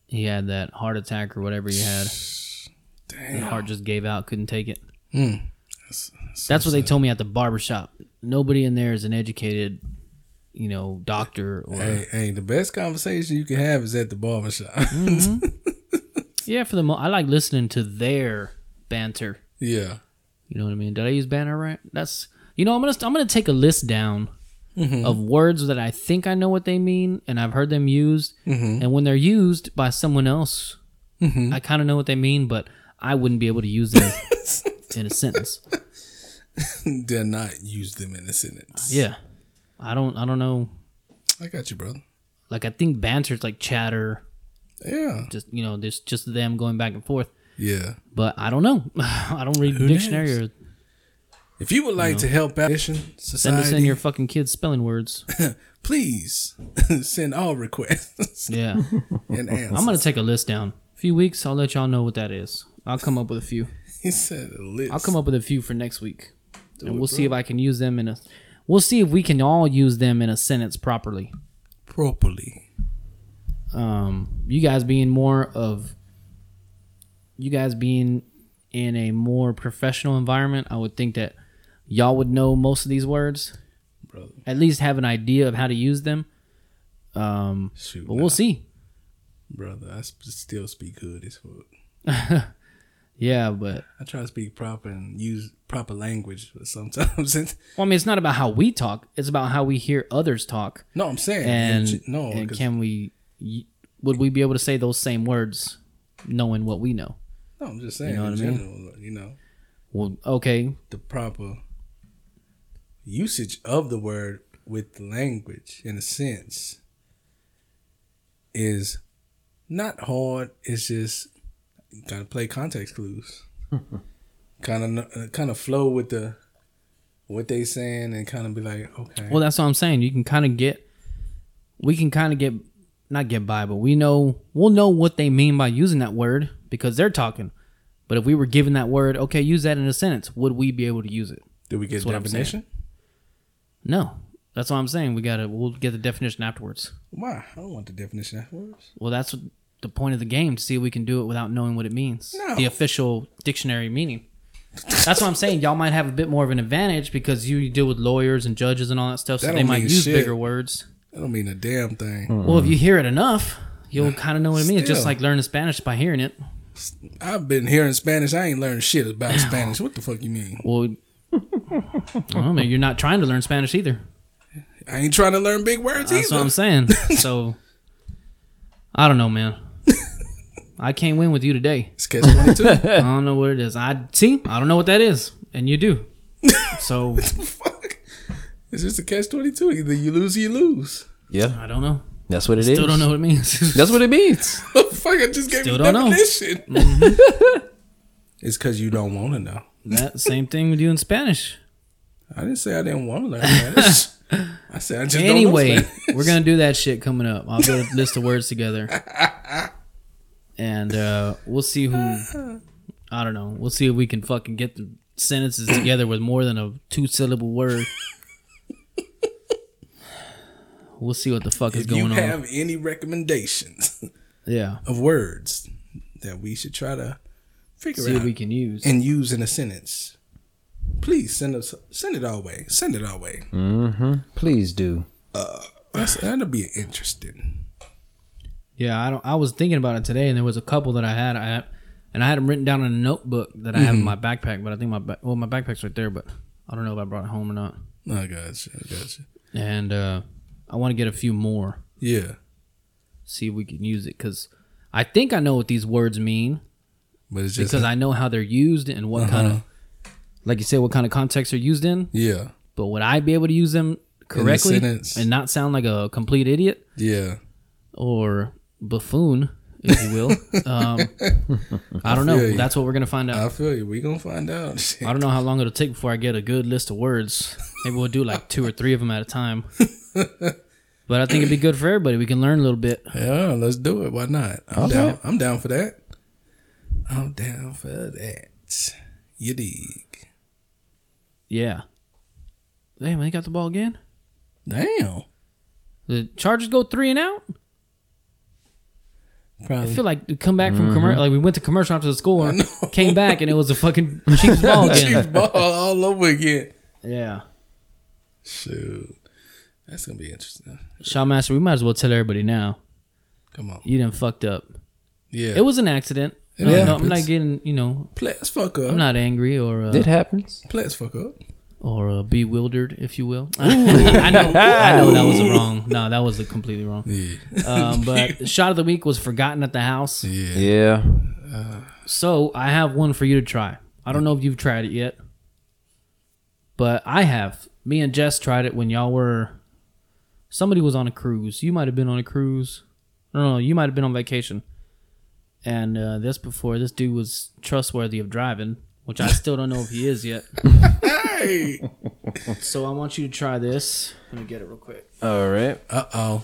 Speaker 2: he had that heart attack or whatever he had.
Speaker 3: Damn.
Speaker 2: His heart just gave out, couldn't take it.
Speaker 3: Mm. That's,
Speaker 2: That's what they told me at the barber shop. Nobody in there is an educated, you know, doctor or Mm.
Speaker 3: Hey, hey, the best conversation you can have is at the barbershop.
Speaker 2: Yeah, for the mo, I like listening to their banter.
Speaker 3: Yeah.
Speaker 2: You know what I mean? Did I use banter right? That's you know I'm gonna I'm gonna take a list down
Speaker 3: Mm-hmm.
Speaker 2: of words that I think I know what they mean and I've heard them used,
Speaker 3: Mm-hmm.
Speaker 2: and when they're used by someone else, I kind of know what they mean, but I wouldn't be able to use them in a sentence.
Speaker 3: Did not use them in a sentence.
Speaker 2: Yeah, I don't I don't know.
Speaker 3: I got you, brother.
Speaker 2: Like I think banter's like chatter,
Speaker 3: Yeah.
Speaker 2: just you know, there's just them going back and forth.
Speaker 3: Yeah.
Speaker 2: But I don't know. I don't read the
Speaker 3: Who
Speaker 2: dictionary
Speaker 3: knows?
Speaker 2: or
Speaker 3: If you would like to help out Edition
Speaker 2: send
Speaker 3: Society,
Speaker 2: us in your fucking kids spelling words.
Speaker 3: please send all requests
Speaker 2: Yeah.
Speaker 3: and answers.
Speaker 2: I'm gonna take a list down. A few weeks, I'll let y'all know what that is. I'll come up with a few.
Speaker 3: he said a list.
Speaker 2: I'll come up with a few for next week, and we'll see if I can use them in a. We'll see if we can all use them in a sentence properly.
Speaker 3: properly.
Speaker 2: Um, you guys being more of. You guys being in a more professional environment, I would think that y'all would know most of these words,
Speaker 3: Brother.
Speaker 2: at least have an idea of how to use them. Um,
Speaker 3: Shoot.
Speaker 2: but we'll
Speaker 3: nah,
Speaker 2: see.
Speaker 3: Brother, I sp- still speak hood as fuck.
Speaker 2: Yeah, but
Speaker 3: I try to speak proper and use proper language, but sometimes it's,
Speaker 2: well, I mean, it's not about how we talk; it's about how we hear others talk.
Speaker 3: no. I'm saying
Speaker 2: and,
Speaker 3: in ge- no,
Speaker 2: and
Speaker 3: 'cause-
Speaker 2: can we y- would we be able to say those same words knowing what we know
Speaker 3: no. I'm just saying
Speaker 2: know
Speaker 3: in
Speaker 2: what I mean?
Speaker 3: general, you know,
Speaker 2: well okay
Speaker 3: the proper usage of the word with language in a sense is not hard. It's just gotta play context clues, kind of kind of flow with the what they saying and kind of be like, okay,
Speaker 2: well that's what i'm saying you can kind of get we can kind of get not get by but we know we'll know what they mean by using that word because they're talking but if we were given that word okay use that in a sentence would we be able to use it
Speaker 3: did we get
Speaker 2: what I'm saying.
Speaker 3: definition?
Speaker 2: no that's what i'm saying we gotta we'll get the definition afterwards
Speaker 3: Why? I don't want the definition afterwards.
Speaker 2: well that's what- the point of the game to see if we can do it without knowing what it means
Speaker 3: No.
Speaker 2: the official dictionary meaning that's what i'm saying y'all might have a bit more of an advantage because you deal with lawyers and judges and all that stuff so
Speaker 3: That
Speaker 2: they
Speaker 3: don't
Speaker 2: might
Speaker 3: mean
Speaker 2: use
Speaker 3: shit.
Speaker 2: bigger words
Speaker 3: That don't mean a damn thing.
Speaker 2: well if you hear it enough you'll kind of know what it means It's just
Speaker 3: Still.
Speaker 2: like learning spanish by hearing it
Speaker 3: I've been hearing Spanish. I ain't learned shit about Spanish. What the fuck you mean?
Speaker 2: well I don't know, maybe you're not trying to learn spanish either
Speaker 3: I ain't trying to learn big words
Speaker 2: that's what
Speaker 3: either.
Speaker 2: i'm saying so i don't know man i can't win with you today
Speaker 3: It's catch twenty two.
Speaker 2: I don't know what it is. I see. I don't know what that is, and you do. So
Speaker 3: fuck. It's just a catch twenty two. Either you lose or you lose.
Speaker 4: Yeah,
Speaker 2: I don't know.
Speaker 4: that's what it is.
Speaker 2: Still don't know what it means.
Speaker 4: That's what it means.
Speaker 3: The fuck I just gave
Speaker 2: Still
Speaker 3: you
Speaker 2: don't know. Mm-hmm.
Speaker 3: definition. it's cause you don't want to know.
Speaker 2: that same thing we do in Spanish.
Speaker 3: I didn't say I didn't want to learn Spanish. I said I just
Speaker 2: Anyway,
Speaker 3: don't know Spanish.
Speaker 2: we're gonna do that shit coming up. I'll put a list of words together, and uh, we'll see who. I don't know. We'll see if we can fucking get the sentences together with more than a two syllable word. We'll see what the fuck is
Speaker 3: If you
Speaker 2: going on.
Speaker 3: have any recommendations
Speaker 2: yeah,
Speaker 3: of words that we should try to figure
Speaker 2: see
Speaker 3: out
Speaker 2: if we can use.
Speaker 3: and use in a sentence, please send us send it our way. Send it our way.
Speaker 2: Mm.
Speaker 4: Please do.
Speaker 3: That's, that'll be interesting.
Speaker 2: Yeah, I don't. I was thinking about it today, and there was a couple that I had. I and I had them written down in a notebook that I have in my backpack. But I think my ba- well, my backpack's right there, but I don't know if I brought it home or not.
Speaker 3: I gotcha. I gotcha.
Speaker 2: And uh, I want to get a few more.
Speaker 3: Yeah,
Speaker 2: See if we can use it because I think I know what these words mean
Speaker 3: but it's just
Speaker 2: because I know how they're used and what kind of, like you said, what kind of context they're used in.
Speaker 3: yeah,
Speaker 2: But would I be able to use them correctly
Speaker 3: sentence.
Speaker 2: and not sound like a complete idiot?
Speaker 3: yeah.
Speaker 2: or buffoon, if you will. um, I don't know.
Speaker 3: feel you.
Speaker 2: That's what we're gonna find
Speaker 3: I
Speaker 2: out.
Speaker 3: feel you. We gonna find out.
Speaker 2: I don't know how long it'll take before I get a good list of words. Maybe we'll do like two or three of them at a time. But I think it'd be good for everybody. We can learn a little bit.
Speaker 3: Yeah, let's do it. Why not? I'm
Speaker 4: Okay.
Speaker 3: down. I'm down for that. I'm down for that. You dig?
Speaker 2: Yeah. Damn, they got the ball again.
Speaker 3: Damn.
Speaker 2: The Chargers go three and out. I
Speaker 3: Probably.
Speaker 2: feel like we come back from commercial. Like we went to commercial after the score, came back, and it was a fucking Chiefs ball
Speaker 3: Chiefs
Speaker 2: again.
Speaker 3: ball all over again.
Speaker 2: Yeah.
Speaker 3: Shoot, that's gonna be interesting.
Speaker 2: Shawn Master, we might as well tell everybody now.
Speaker 3: Come on.
Speaker 2: You done fucked up.
Speaker 3: Yeah.
Speaker 2: It was an accident.
Speaker 3: It
Speaker 2: No, no, I'm
Speaker 3: happens.
Speaker 2: not getting, you know,
Speaker 3: Let's fuck up.
Speaker 2: I'm not angry or
Speaker 4: It
Speaker 2: uh,
Speaker 4: happens.
Speaker 3: Let's fuck up.
Speaker 2: or uh, bewildered, if you will. I know, I know that was wrong. No, that was completely wrong.
Speaker 3: Yeah.
Speaker 2: Um, but shot of the week was forgotten at the house.
Speaker 3: Yeah.
Speaker 4: Yeah.
Speaker 2: So I have one for you to try. I don't know if you've tried it yet, but I have. Me and Jess tried it when y'all were. Somebody was on a cruise. You might have been on a cruise. No, no, you might have been on vacation. And uh, this before, this dude was trustworthy of driving, which I still don't know if he is yet.
Speaker 3: Hey.
Speaker 2: So I want you to try this. Let me get it real quick.
Speaker 4: All right.
Speaker 3: Uh oh.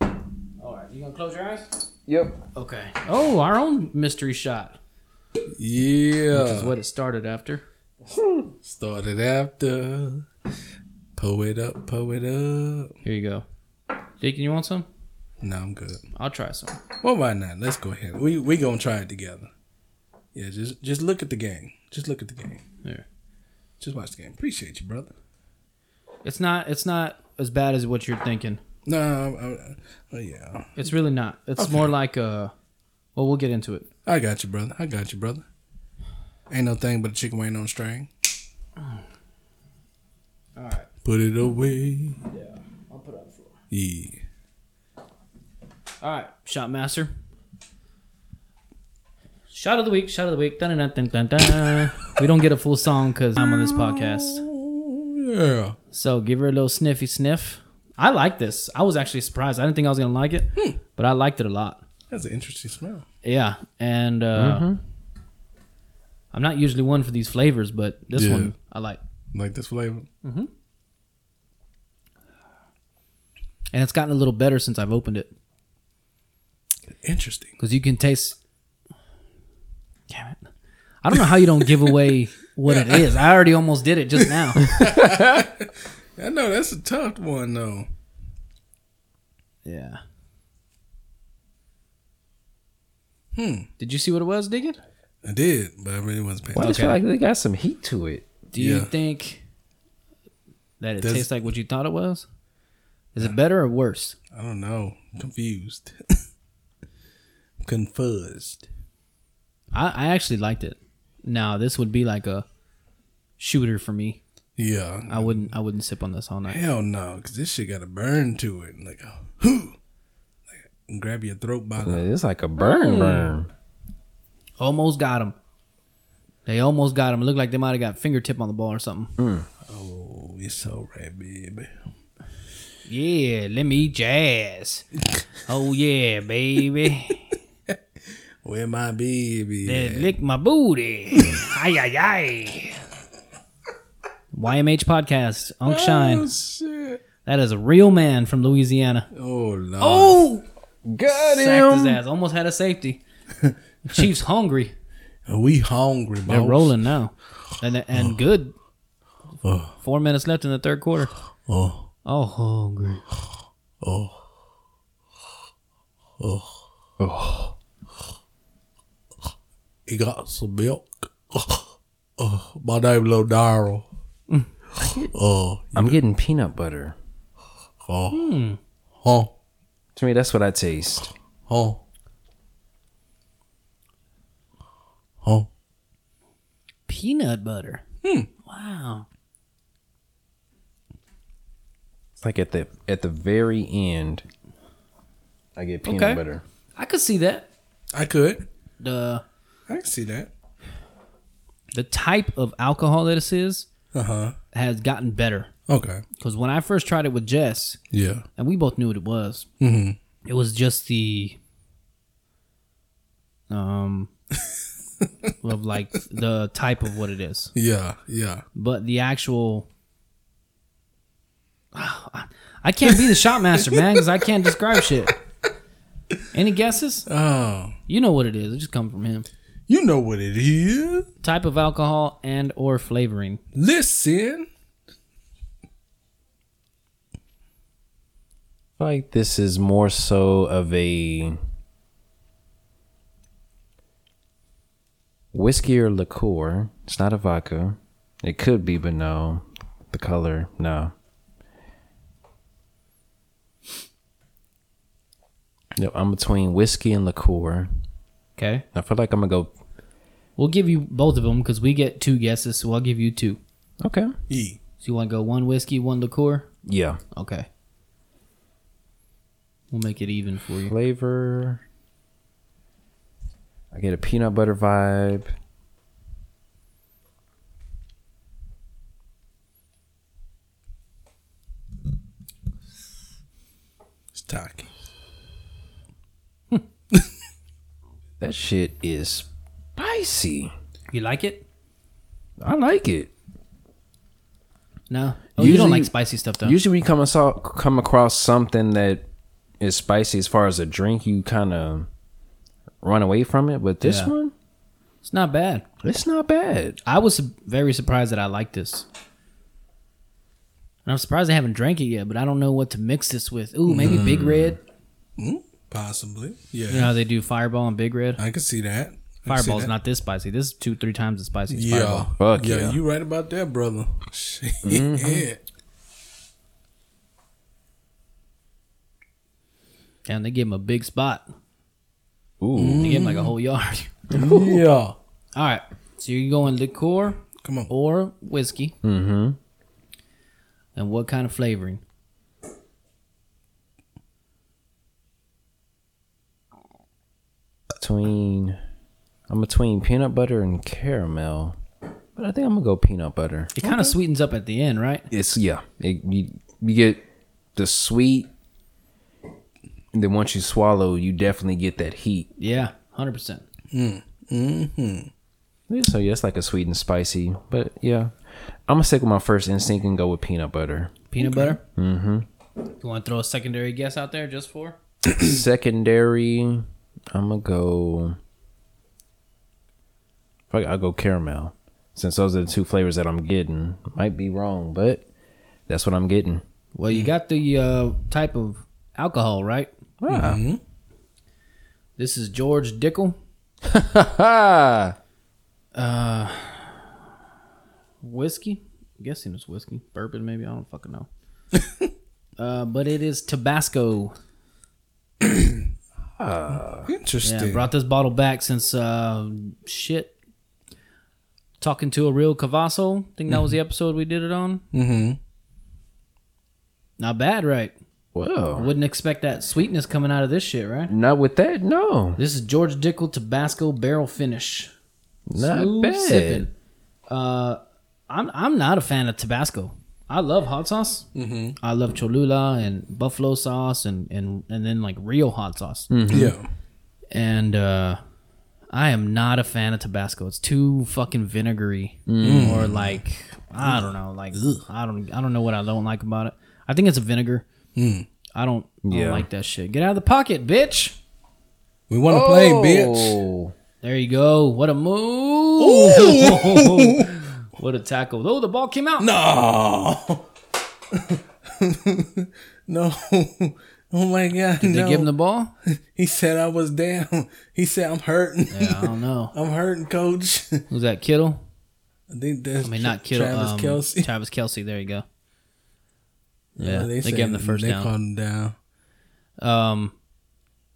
Speaker 2: All right, you gonna close your eyes?
Speaker 4: Yep.
Speaker 2: Okay. Oh, our own mystery shot is
Speaker 3: Yeah.
Speaker 2: what it started after.
Speaker 3: Started after. Pull it up, pull it up.
Speaker 2: Here you go. Deacon, you want some?
Speaker 3: No, I'm good.
Speaker 2: I'll try some.
Speaker 3: Well, why not? Let's go ahead. We we gonna try it together. Yeah, just just look at the game. Just look at the game.
Speaker 2: Here.
Speaker 3: Just watch the game. Appreciate you, brother.
Speaker 2: It's not. It's not as bad as what you're thinking.
Speaker 3: No, I'm, I'm, oh yeah,
Speaker 2: It's really not. It's more like a. Well, we'll get into it.
Speaker 3: I got you, brother. I got you, brother. Ain't no thing but a chicken wing on a string.
Speaker 2: All right.
Speaker 3: Put it away.
Speaker 2: Yeah. I'll put it on the floor.
Speaker 3: Yeah.
Speaker 2: All right, shot master. Shot of the week. Shot of the week. Dun, dun, dun, dun, dun, dun. we don't get a full song because I'm on this podcast.
Speaker 3: Yeah.
Speaker 2: So give her a little sniffy sniff. I like this. I was actually surprised. I didn't think I was gonna like it, but I liked it a lot.
Speaker 3: That's an interesting smell.
Speaker 2: Yeah, and uh, I'm not usually one for these flavors, but this
Speaker 3: Yeah.
Speaker 2: one I like.
Speaker 3: Like this flavor.
Speaker 2: and it's gotten a little better since I've opened it
Speaker 3: Interesting.
Speaker 2: because you can taste. Damn it! I don't know how you don't give away what it is. I already almost did it just now.
Speaker 3: I know that's a tough one though.
Speaker 2: yeah. Hmm. Did you see what it was, Diggin?
Speaker 3: I did, but I really wasn't paying.
Speaker 4: I just feel
Speaker 2: Okay.
Speaker 4: like they got some heat to it.
Speaker 2: Do you
Speaker 3: Yeah.
Speaker 2: think that it
Speaker 3: Does-
Speaker 2: tastes like what you thought it was? Is it better or worse?
Speaker 3: I don't know. Confused. Confused.
Speaker 2: I, I actually liked it. Now this would be like a shooter for me.
Speaker 3: Yeah.
Speaker 2: I wouldn't. I wouldn't sip on this all night.
Speaker 3: Hell no, because this shit got a burn to it. Like, who? Like, grab your throat by the.
Speaker 4: It's like a burn
Speaker 2: Mm.
Speaker 4: burn.
Speaker 2: Almost got him. They almost got him. It looked like they might have got fingertip on the ball or something.
Speaker 3: Oh, it's all right, baby.
Speaker 2: Yeah, let me eat your ass. oh yeah, baby.
Speaker 3: Where my baby?
Speaker 2: They
Speaker 3: at?
Speaker 2: lick my booty. ay ay ay. YMH podcast. Unk
Speaker 3: Oh,
Speaker 2: Shine.
Speaker 3: shit.
Speaker 2: That is a real man from Louisiana.
Speaker 3: Oh, Lord.
Speaker 2: Oh,
Speaker 4: Got
Speaker 2: sacked his
Speaker 4: him.
Speaker 2: ass. Almost had a safety. Chiefs hungry.
Speaker 3: Are we hungry, boss?
Speaker 2: They're rolling now, and and good.
Speaker 3: Oh.
Speaker 2: Four minutes left in the third quarter.
Speaker 3: Oh,
Speaker 2: Oh, hungry.
Speaker 3: oh.
Speaker 4: Oh,
Speaker 3: He got some milk. Oh, oh. My name Lil Daryl. Oh,
Speaker 4: I'm getting peanut butter.
Speaker 3: oh. Huh,
Speaker 4: To me, that's what I taste.
Speaker 3: huh. Huh.
Speaker 2: Peanut butter.
Speaker 3: Hmm.
Speaker 2: Wow.
Speaker 4: It's like at the at the very end, I get peanut
Speaker 2: Okay.
Speaker 4: butter.
Speaker 2: I could see that.
Speaker 3: I could.
Speaker 2: The
Speaker 3: I can see that.
Speaker 2: the type of alcohol that this is
Speaker 3: Uh huh.
Speaker 2: has gotten better.
Speaker 3: Okay.
Speaker 2: Because when I first tried it with Jess,
Speaker 3: Yeah.
Speaker 2: and we both knew what it was,
Speaker 3: Mm-hmm.
Speaker 2: it was just the um of like the type of what it is.
Speaker 3: Yeah, yeah.
Speaker 2: But the actual I can't be the shot master, man, because I can't describe shit. Any guesses?
Speaker 3: Oh,
Speaker 2: You know what it is. It just come from him.
Speaker 3: you know what it is.
Speaker 2: Type of alcohol and or flavoring.
Speaker 3: Listen.
Speaker 4: I feel like this is more so of a whiskey or liqueur. It's not a vodka. It could be, but no. The color, no. Yep, I'm between whiskey and liqueur.
Speaker 2: Okay.
Speaker 4: I feel like I'm gonna go.
Speaker 2: We'll give you both of them because we get two guesses, so I'll give you two.
Speaker 4: Okay.
Speaker 3: E.
Speaker 2: So you want to go one whiskey, one liqueur?
Speaker 4: Yeah.
Speaker 2: Okay. We'll make it even for you.
Speaker 4: Flavor. I get a peanut butter vibe.
Speaker 3: It's Taki.
Speaker 4: That shit is spicy.
Speaker 2: You like it?
Speaker 4: I like it.
Speaker 2: No. Oh, you don't
Speaker 4: Usually-
Speaker 2: like spicy stuff though.
Speaker 4: Usually, when you come, aso- come across something that is spicy as far as a drink, you kind of run away from it. But this
Speaker 2: Yeah.
Speaker 4: one,
Speaker 2: it's not bad.
Speaker 4: it's not bad.
Speaker 2: I was su- very surprised that I liked this. And I'm surprised I haven't drank it yet, but I don't know what to mix this with. Ooh, maybe
Speaker 3: Mm.
Speaker 2: Big Red.
Speaker 3: Hmm? Possibly. Yeah.
Speaker 2: You know how they do Fireball and Big Red?
Speaker 3: I can see that. I can see
Speaker 2: Fireball's
Speaker 3: that.
Speaker 2: not this spicy. This is two, three times as spicy as
Speaker 3: Yeah.
Speaker 2: Fireball.
Speaker 4: Fuck
Speaker 3: yeah.
Speaker 4: yeah.
Speaker 3: You right about that, brother. Shit.
Speaker 2: Mm-hmm. Damn, they gave him a big spot.
Speaker 4: Ooh,
Speaker 2: They gave him like a
Speaker 3: Mm.
Speaker 2: whole yard.
Speaker 3: Yeah.
Speaker 2: All right. So you're going liqueur
Speaker 3: Come on.
Speaker 2: or whiskey. Mm-hmm. And what kind of flavoring?
Speaker 4: between I'm between peanut butter and caramel, but I think I'm gonna go peanut butter.
Speaker 2: It kind of sweetens up at the end, right?
Speaker 4: It's yeah. It, you you get the sweet, and then once you swallow, you definitely get that heat.
Speaker 2: Yeah, hundred percent.
Speaker 4: Yeah, So yeah, it's like a sweet and spicy. But yeah, I'm gonna stick with my first instinct and go with peanut butter.
Speaker 2: Peanut butter. Mm-hmm. You want to throw a secondary guess out there just for?
Speaker 4: Secondary, I'm gonna go. Fuck, I'll go caramel. Since those are the two flavors that I'm getting, might be wrong, but that's what I'm getting.
Speaker 2: Well, you got the uh, type of alcohol right.
Speaker 4: Ah.
Speaker 2: This is George Dickel.
Speaker 4: Ha!
Speaker 2: whiskey. I'm guessing it's whiskey, bourbon, maybe. I don't fucking know. uh, but it is Tabasco. Yeah,
Speaker 3: Interesting.
Speaker 2: brought this bottle back since uh, shit. Talking to a real Cavasso. Think that was the episode we did it on. Mm-hmm. Not bad, right?
Speaker 4: Whoa.
Speaker 2: Wouldn't expect that sweetness coming out of this shit, right?
Speaker 4: Not with that, no.
Speaker 2: This is George Dickel Tabasco Barrel Finish.
Speaker 4: Not
Speaker 2: Smooth
Speaker 4: bad.
Speaker 2: sipping. Uh, I'm I'm not a fan of Tabasco. I love hot sauce. Mm-hmm. I love Cholula and buffalo sauce and and and then like real hot sauce.
Speaker 3: yeah.
Speaker 2: And uh, I am not a fan of Tabasco. It's too fucking vinegary or like I don't know. Like I don't I don't know what I don't like about it. I think it's a vinegar. I don't, I don't
Speaker 4: Yeah.
Speaker 2: like that shit. Get out of the pocket, bitch.
Speaker 3: We want to play, bitch.
Speaker 4: Oh.
Speaker 2: There you go. What a move. what a tackle. Oh, the ball came out.
Speaker 3: No. no. Oh my God.
Speaker 2: Did
Speaker 3: no.
Speaker 2: they give him the ball?
Speaker 3: he said I was down. He said I'm hurting.
Speaker 2: Yeah, I don't know.
Speaker 3: I'm hurting, coach. I
Speaker 2: Who's that, Kittle?
Speaker 3: think that's
Speaker 2: I mean, not Kittle.
Speaker 3: Travis
Speaker 2: um,
Speaker 3: Kelsey.
Speaker 2: Travis Kelsey. There you go. Yeah,
Speaker 3: Oh,
Speaker 2: they,
Speaker 3: said
Speaker 2: gave him the first
Speaker 3: they
Speaker 2: down.
Speaker 3: called him down.
Speaker 2: Um,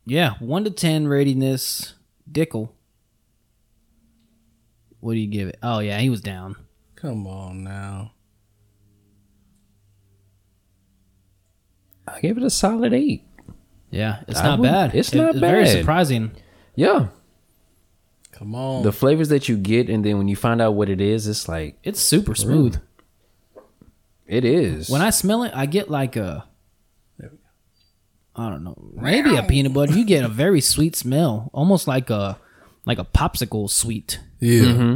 Speaker 2: yeah, one to ten rating this Dickel. What do you give it? Oh yeah, he was down.
Speaker 3: Come on now.
Speaker 4: I gave it a solid eight.
Speaker 2: Yeah, it's
Speaker 4: I
Speaker 2: not
Speaker 4: would-
Speaker 2: bad.
Speaker 4: it's not
Speaker 2: Very
Speaker 4: bad.
Speaker 2: surprising.
Speaker 4: Yeah.
Speaker 3: Come on.
Speaker 4: The flavors that you get, and then when you find out what it is, it's like,
Speaker 2: It's super smooth.
Speaker 4: it is.
Speaker 2: When I smell it, I get like a. I don't know, maybe a peanut butter. You get a very sweet smell, almost like a like a popsicle sweet.
Speaker 3: yeah.
Speaker 2: Mm-hmm.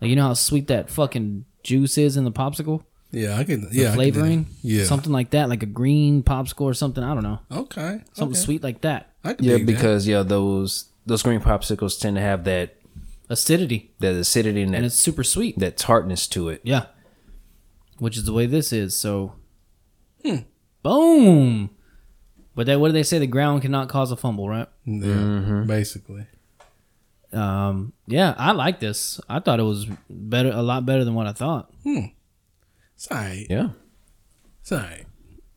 Speaker 2: Like you know how sweet that fucking juice is in the popsicle
Speaker 3: Yeah, I can. Yeah, I can do that.
Speaker 2: flavoring,
Speaker 3: Yeah.
Speaker 2: something like that, like a green popsicle or something. I don't know,
Speaker 3: Okay.
Speaker 2: something
Speaker 3: okay.
Speaker 2: sweet like that.
Speaker 3: I can
Speaker 4: yeah,
Speaker 3: dig that.
Speaker 4: because, yeah, those those green popsicles tend to have that,
Speaker 2: Acidity
Speaker 4: that acidity and that,
Speaker 2: and it's super sweet.
Speaker 4: that tartness to it.
Speaker 2: Yeah, which is the way this is. So, boom. But that what do they say? The ground cannot cause a fumble, right?
Speaker 3: Yeah,
Speaker 4: Mm-hmm.
Speaker 3: basically.
Speaker 2: Um, yeah, I like this. I thought it was better, a lot better than what I thought.
Speaker 3: It's all right.
Speaker 4: Yeah.
Speaker 3: It's all right.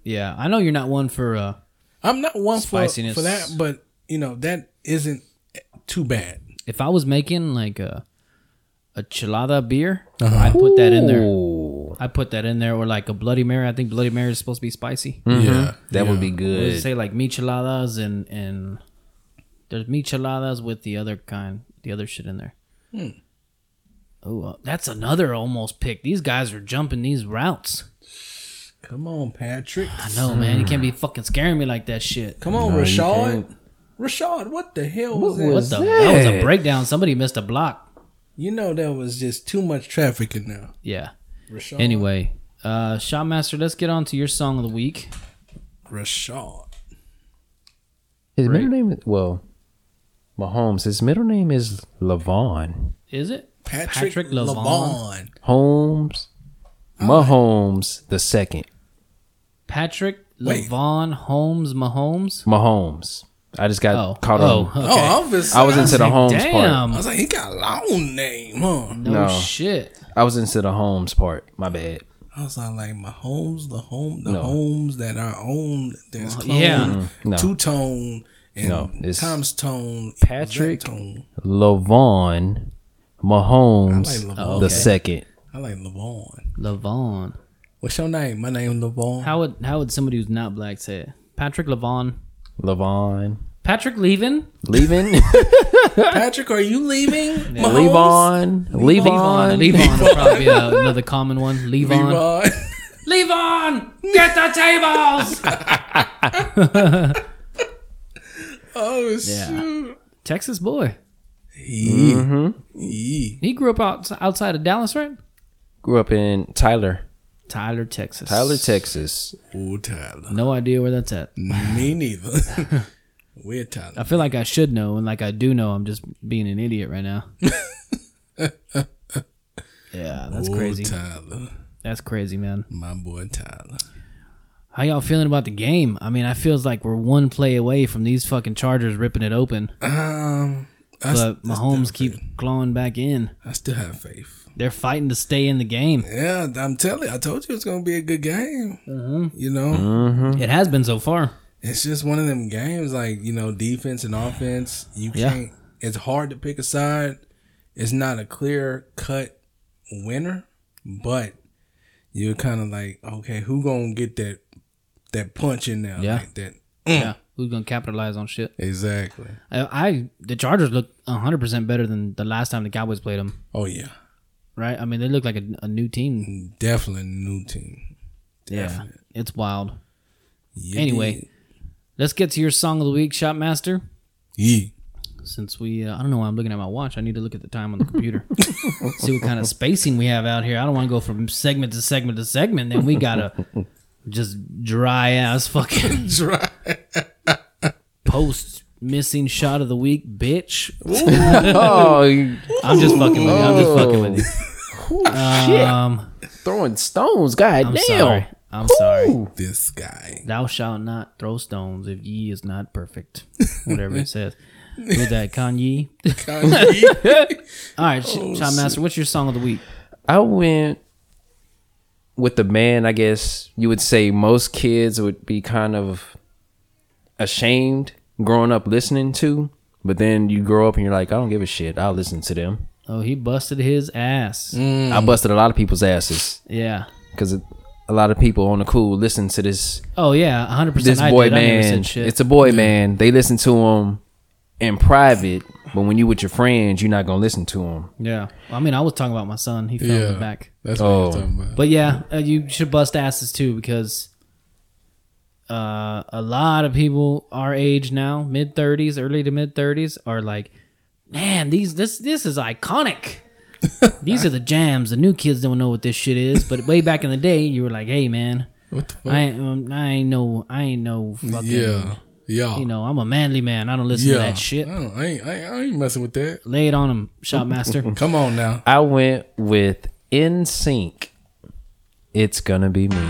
Speaker 2: Yeah, I know you're not one for uh,
Speaker 3: I'm not one for,
Speaker 2: Spiciness.
Speaker 3: for that, but you know that isn't too bad.
Speaker 2: If I was making like a a chilada beer, I put that in there.
Speaker 4: Ooh,
Speaker 2: I put that in there, or like a Bloody Mary. I think Bloody Mary is supposed to be spicy.
Speaker 3: Yeah,
Speaker 4: Mm-hmm. that would be
Speaker 2: What does it
Speaker 4: good.
Speaker 2: say like micheladas and and there's micheladas with the other kind, the other shit in there.
Speaker 4: Hmm.
Speaker 2: Oh, uh, that's another almost pick. These guys are jumping these routes.
Speaker 3: Come on, Patrick.
Speaker 2: I know,
Speaker 4: Hmm.
Speaker 2: man. You can't be fucking scaring me like that shit.
Speaker 3: Come on,
Speaker 4: you
Speaker 3: Rashad. Rashad, what the hell was that?
Speaker 2: What the? That was a
Speaker 4: that?
Speaker 2: breakdown. Somebody missed a block.
Speaker 3: You know that was just too much traffic in there.
Speaker 2: Yeah.
Speaker 4: Oh.
Speaker 3: Rashad.
Speaker 2: Anyway, uh, Shotmaster, let's get on to your song of the week.
Speaker 3: Rashad.
Speaker 4: His middle name is well, Mahomes. His middle name is Levon
Speaker 2: Is it
Speaker 3: Patrick,
Speaker 2: Patrick
Speaker 3: Lavon.
Speaker 2: Lavon.
Speaker 4: Holmes.
Speaker 2: Oh.
Speaker 4: Mahomes the second.
Speaker 2: Patrick
Speaker 3: Wait.
Speaker 2: Levon Holmes Mahomes?
Speaker 4: Mahomes. I just got
Speaker 2: Oh,
Speaker 4: caught
Speaker 2: oh,
Speaker 4: on.
Speaker 2: okay.
Speaker 3: Oh, I was, just-
Speaker 4: I was into the Holmes part.
Speaker 2: Damn.
Speaker 3: I was like, he got a long name, huh?
Speaker 2: No,
Speaker 4: No.
Speaker 2: shit.
Speaker 4: I was into the Holmes part. My bad.
Speaker 3: I was not like my homes, the home, the
Speaker 4: No.
Speaker 3: homes that are owned. There's clone,
Speaker 2: Oh, yeah.
Speaker 4: no.
Speaker 3: two tone, and
Speaker 4: No, it's
Speaker 3: Tom's tone,
Speaker 4: Patrick.
Speaker 3: Zach tone.
Speaker 4: Levon
Speaker 3: I
Speaker 4: Mahomes
Speaker 3: like Levon.
Speaker 4: the
Speaker 3: Okay.
Speaker 4: second.
Speaker 3: I like Levon.
Speaker 2: Levon.
Speaker 3: What's your name? My name Levon.
Speaker 2: How would how would somebody who's not black say it? Patrick Levon.
Speaker 4: Levon
Speaker 2: Patrick Levin?
Speaker 4: leaving.
Speaker 3: Patrick, are you leaving?
Speaker 4: Levon.
Speaker 3: Mahomes?
Speaker 4: Levon.
Speaker 2: Levon would probably be uh, another common one. Levon.
Speaker 3: Levon.
Speaker 2: Levon! Get the tables!
Speaker 3: oh
Speaker 2: Yeah.
Speaker 3: shoot!
Speaker 2: Texas boy.
Speaker 3: Yee.
Speaker 4: Mm-hmm.
Speaker 3: Yee.
Speaker 2: He grew up outs- outside of Dallas, right?
Speaker 4: Grew up in Tyler,
Speaker 2: Tyler, Texas.
Speaker 4: Tyler, Texas.
Speaker 3: Oh, Tyler.
Speaker 2: No idea where that's at.
Speaker 3: Me neither. We're
Speaker 2: I
Speaker 3: Tyler.
Speaker 2: feel like I should know, and like I do know, I'm just being an idiot right now. yeah, that's
Speaker 3: Oh,
Speaker 2: crazy.
Speaker 3: Tyler.
Speaker 2: That's crazy, man.
Speaker 3: My boy Tyler.
Speaker 2: How y'all feeling about the game? I mean, I feels like we're one play away from these fucking Chargers ripping it open,
Speaker 3: Um, I, s-
Speaker 2: but Mahomes keep clawing back in.
Speaker 3: I still have faith.
Speaker 2: They're fighting to stay in the game.
Speaker 3: Yeah, I'm telling you. I told you it's gonna be a good game.
Speaker 2: Mm-hmm.
Speaker 3: You know,
Speaker 2: It has been so far.
Speaker 3: it's just one of them games. Like you know, defense and offense. You
Speaker 2: Yeah.
Speaker 3: can't. It's hard to pick a side. It's not a clear cut winner, but you're kind of like, okay, who gonna get that that punch in there?
Speaker 2: Yeah.
Speaker 3: like that.
Speaker 2: Yeah, who's gonna capitalize on shit?
Speaker 3: Exactly.
Speaker 2: I, I the Chargers look 100 percent better than the last time the Cowboys played them.
Speaker 3: Oh yeah,
Speaker 2: Right? I mean, they look like a, a new team.
Speaker 3: definitely new team.
Speaker 2: Yeah, it's wild.
Speaker 3: Yeah.
Speaker 2: Anyway, let's get to your song of the week, Shopmaster.
Speaker 3: yeah.
Speaker 2: Since we, uh, I don't know why I'm looking at my watch. I need to look at the time on the computer. See what kind of spacing we have out here. I don't want to go from segment to segment to segment. Then we got to just dry ass fucking
Speaker 3: Dry.
Speaker 2: post missing shot of the week, bitch.
Speaker 4: Oh, you-
Speaker 2: I'm just fucking with you. I'm just fucking with you.
Speaker 4: Ooh, shit!
Speaker 2: Um,
Speaker 4: Throwing stones. God
Speaker 2: I'm
Speaker 4: damn.
Speaker 2: sorry. I'm sorry.
Speaker 3: This guy.
Speaker 2: Thou shalt not throw stones if ye is not perfect. Whatever it says. With that, Kanye.
Speaker 3: Kanye.
Speaker 2: All right, Sh-
Speaker 4: Oh,
Speaker 2: Shopmaster, what's your song of the week?
Speaker 4: I went with the man. I guess you would say most kids would be kind of ashamed growing up listening to, but then you grow up and you're like, I don't give a shit. I'll listen to them.
Speaker 2: Oh, he busted his ass.
Speaker 4: I busted a lot of people's asses
Speaker 2: Yeah.
Speaker 4: because a lot of people on the cool listen to this
Speaker 2: Oh yeah, hundred percent.
Speaker 4: this
Speaker 2: I
Speaker 4: boy
Speaker 2: did. I never
Speaker 4: man.
Speaker 2: said shit.
Speaker 4: It's a boy man. They listen to him in private, but when you with your friends, you're not gonna listen to him.
Speaker 2: yeah. I mean, I was talking about my son. He fell in the back.
Speaker 3: That's what oh.
Speaker 4: Oh.
Speaker 3: you're talking about.
Speaker 2: But yeah, uh, you should bust asses too because uh, a lot of people our age now, mid thirties, early to mid thirties, are like, man, these this this is iconic. These are the jams. The new kids don't know what this shit is, but way back in the day, you were like, "Hey, man,
Speaker 3: What the fuck?
Speaker 2: I ain't, um, I ain't no, I ain't no fucking,
Speaker 3: yeah. Yeah.
Speaker 2: you know, I'm a manly man. I don't listen
Speaker 3: yeah.
Speaker 2: to that shit."
Speaker 3: I, don't, I, ain't, I, ain't, I ain't messing with that.
Speaker 2: Lay it on him, shopmaster.
Speaker 3: Come on now.
Speaker 4: I went with In Sync. It's gonna be me.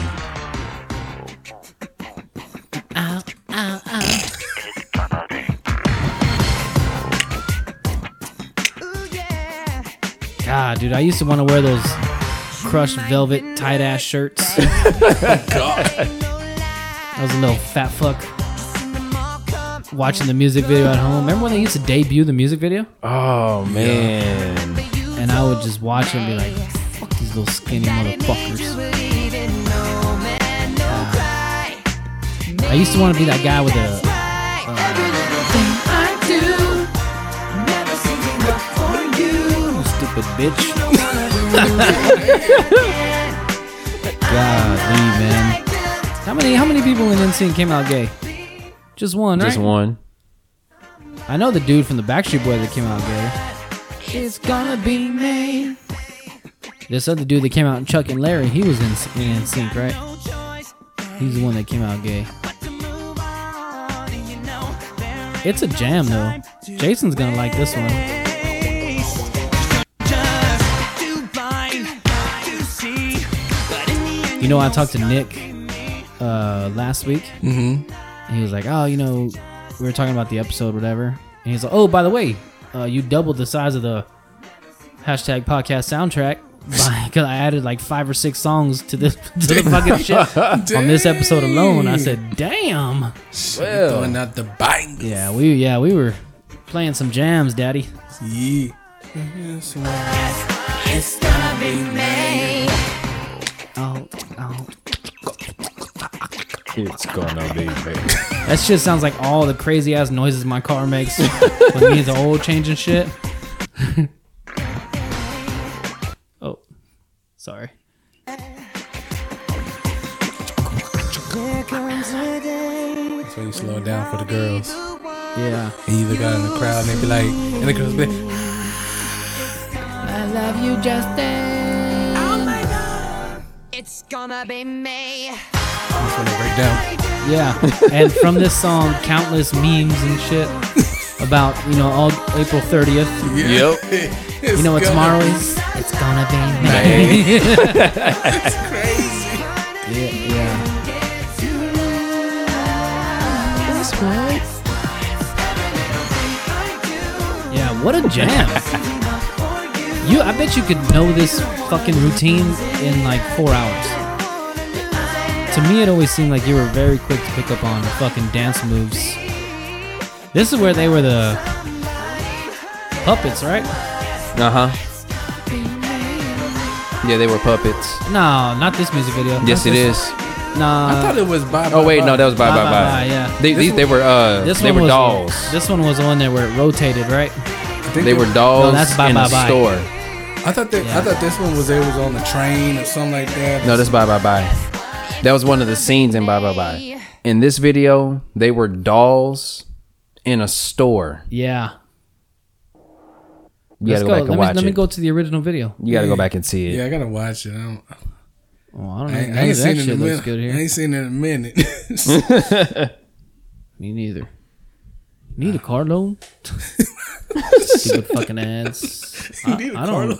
Speaker 2: God, Ah, dude, I used to want to wear those crushed velvet tight ass shirts. I was a little fat fuck. watching the music video at home. Remember when they used to debut the music video?
Speaker 4: Oh man.
Speaker 2: And I would just watch it and be like, fuck these little skinny motherfuckers. Ah. I used to want to be that guy with a. Stupid bitch. God, man. How many how many people in NSYNC came out gay? Just one, right?
Speaker 4: Just one.
Speaker 2: I know the dude from the Backstreet Boys that came out gay. It's gonna be me. This other dude that came out in Chuck and Larry, he was in in sync, right? He's the one that came out gay. It's a jam though. Jason's gonna like this one. You know, I talked to Nick uh, last week. Mm-hmm. And he was like, "Oh, you know, we were talking about the episode, whatever." And he's like, "Oh, by the way, uh, you doubled the size of the hashtag podcast soundtrack because I added like five or six songs to this to the fucking shit on this episode alone." I said, "Damn."
Speaker 4: Well.
Speaker 3: Throwing out the bang.
Speaker 2: Yeah, we yeah we were playing some jams, Daddy.
Speaker 3: Yeah. Yes, well,
Speaker 2: Oh, oh.
Speaker 4: It's gonna be me.
Speaker 2: That shit sounds like all the crazy ass noises my car makes when me the oil change and shit. oh, sorry.
Speaker 3: So you slow it down for the girls.
Speaker 2: Yeah.
Speaker 3: And you look out in the crowd and they be like, and the girls be like,
Speaker 2: I love you, Justin.
Speaker 5: It's gonna be me.
Speaker 3: that's when they break down.
Speaker 2: Yeah, and from this song, countless memes and shit about you know all April thirtieth.
Speaker 4: Yep.
Speaker 2: You know what
Speaker 3: gonna
Speaker 2: tomorrow is? It's gonna be me.
Speaker 3: Crazy.
Speaker 2: yeah, yeah. Yeah, what a jam. you, I bet you could know this fucking routine in like four hours. To me, it always seemed like you were very quick to pick up on fucking dance moves. This is where they were the puppets, right?
Speaker 4: Uh huh. Yeah, they were puppets.
Speaker 2: No, not this music video.
Speaker 4: Yes,
Speaker 2: Not
Speaker 4: it
Speaker 2: this-
Speaker 4: is.
Speaker 2: Nah.
Speaker 3: I thought it was Bye
Speaker 4: Oh
Speaker 3: Bye
Speaker 4: wait,
Speaker 3: Bye.
Speaker 4: no, that was bye
Speaker 2: Bye
Speaker 4: bye
Speaker 2: Bye Bye,
Speaker 4: bye.
Speaker 2: yeah.
Speaker 4: They, these, they were uh,
Speaker 2: This
Speaker 4: they
Speaker 2: one
Speaker 4: were
Speaker 2: was
Speaker 4: dolls.
Speaker 2: This one was the one there where it rotated, right?
Speaker 3: I think
Speaker 4: They
Speaker 3: it-
Speaker 4: were dolls
Speaker 2: that's Bye
Speaker 4: in
Speaker 2: Bye
Speaker 4: a
Speaker 2: Bye.
Speaker 4: store.
Speaker 3: I thought that, I thought this one was they was on the train or something like that.
Speaker 4: No, that's bye bye bye. That was one of the scenes in bye bye bye. In this video, they were dolls in a store.
Speaker 2: Yeah.
Speaker 4: You gotta go, back
Speaker 2: Let
Speaker 4: and
Speaker 2: me,
Speaker 4: watch
Speaker 2: let
Speaker 4: it.
Speaker 2: me go to the original video.
Speaker 4: You gotta go back and see it.
Speaker 3: Yeah, I gotta watch it. I don't.
Speaker 2: Oh, I don't know.
Speaker 3: I, ain't-
Speaker 2: None
Speaker 3: I ain't
Speaker 2: of that
Speaker 3: seen it
Speaker 2: shit
Speaker 3: in a
Speaker 2: looks
Speaker 3: minute.
Speaker 2: good here.
Speaker 3: I ain't seen it in a minute.
Speaker 2: Me neither. Need a car loan? Stupid fucking ass. I,
Speaker 3: Need a
Speaker 2: I don't.
Speaker 3: car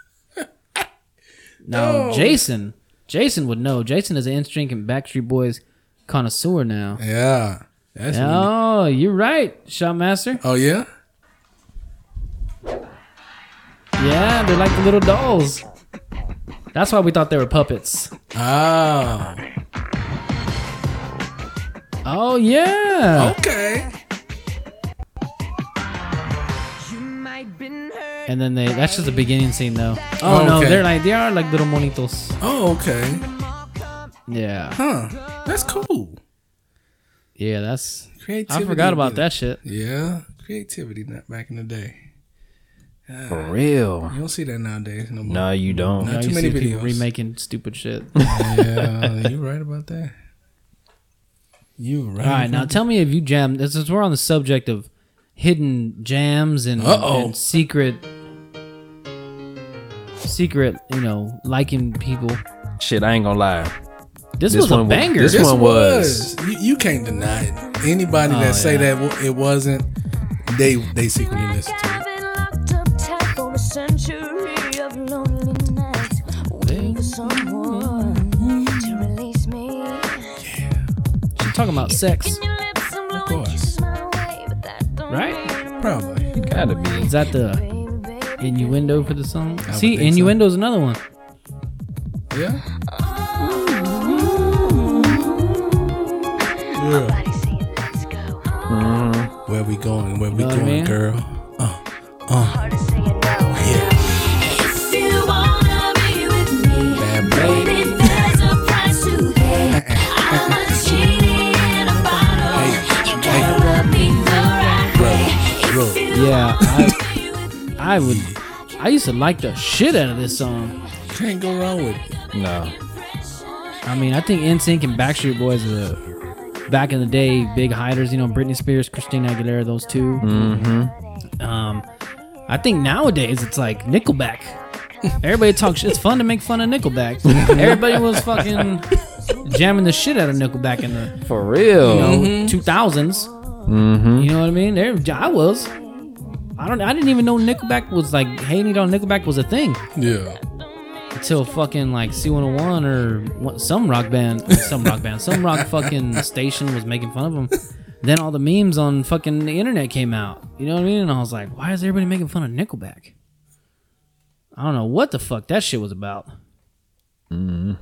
Speaker 3: loan.
Speaker 2: No,
Speaker 3: No.
Speaker 2: Jason. Jason would know. Jason is an NSYNC and Backstreet Boys connoisseur now.
Speaker 3: Yeah. That's what we-
Speaker 2: Oh, you're right, Shot Master.
Speaker 3: Oh yeah.
Speaker 2: Yeah, they're like the little dolls. That's why we thought they were puppets.
Speaker 3: Oh.
Speaker 2: Oh yeah.
Speaker 3: Okay.
Speaker 2: And then they that's just the beginning scene though. Oh no,
Speaker 3: Okay.
Speaker 2: they're like they are like little monitos.
Speaker 3: Oh okay.
Speaker 2: Yeah.
Speaker 3: Huh. That's cool.
Speaker 2: Yeah, that's I
Speaker 3: Creativity.
Speaker 2: forgot
Speaker 3: did
Speaker 2: about
Speaker 3: it.
Speaker 2: that shit.
Speaker 3: Yeah. Creativity not back in the day.
Speaker 4: For real?
Speaker 3: You don't see that nowadays no more.
Speaker 4: No, you don't.
Speaker 3: Not
Speaker 2: Now
Speaker 3: too
Speaker 2: you
Speaker 3: many
Speaker 2: see people
Speaker 3: videos.
Speaker 2: remaking stupid shit.
Speaker 3: Yeah, you right about that. You right.
Speaker 2: All right, now tell me if you jammed. Since we're on the subject of hidden jams and,
Speaker 3: Uh-oh.
Speaker 2: and secret, secret, you know, liking people.
Speaker 4: Shit, I ain't gonna lie.
Speaker 2: This,
Speaker 4: This
Speaker 2: was a
Speaker 4: one was-
Speaker 2: banger.
Speaker 4: this
Speaker 3: This
Speaker 4: one was-
Speaker 3: was. You, you can't deny it. Anybody that say
Speaker 2: yeah.
Speaker 3: that wa- it wasn't, they they secretly listen to it.
Speaker 2: She's talking about sex.
Speaker 5: Of
Speaker 3: course.
Speaker 5: Right?
Speaker 3: Probably.
Speaker 4: Gotta be.
Speaker 2: Is that the innuendo for the song? See,
Speaker 3: think so.
Speaker 2: innuendo's another one.
Speaker 3: Yeah.
Speaker 5: Let's go.
Speaker 3: we going? Where we
Speaker 2: Know what I
Speaker 3: going,
Speaker 2: mean?
Speaker 3: girl? Uh,
Speaker 6: Hard to say it now.
Speaker 3: yeah.
Speaker 6: If you wanna be with me,
Speaker 3: Bad boy.
Speaker 6: baby, there's a price to pay. I'm a genie in a bottle. You gotta love me the right way.
Speaker 3: Look,
Speaker 2: Yeah, I, I would. I used to like the shit out of this song.
Speaker 3: can't go wrong with it.
Speaker 4: No.
Speaker 2: I mean, I think NSYNC and Backstreet Boys are the back in the day big hiders. You know, Britney Spears, Christina Aguilera, those 2 Um, I think nowadays it's like Nickelback. Everybody talks. It's fun to make fun of Nickelback. Everybody was fucking jamming the shit out of Nickelback in the
Speaker 4: For real.
Speaker 2: you know, 2000s. You know what I mean? There, I was. I don't. I didn't even know Nickelback was like hating on Nickelback was a thing
Speaker 3: Yeah.
Speaker 2: until fucking like C101 or what, some rock band, some rock band, some rock fucking station was making fun of him. Then all the memes on fucking the internet came out. You know what I mean? And I was like, why is everybody making fun of Nickelback? I don't know what the fuck that shit was about.
Speaker 3: Mm-hmm.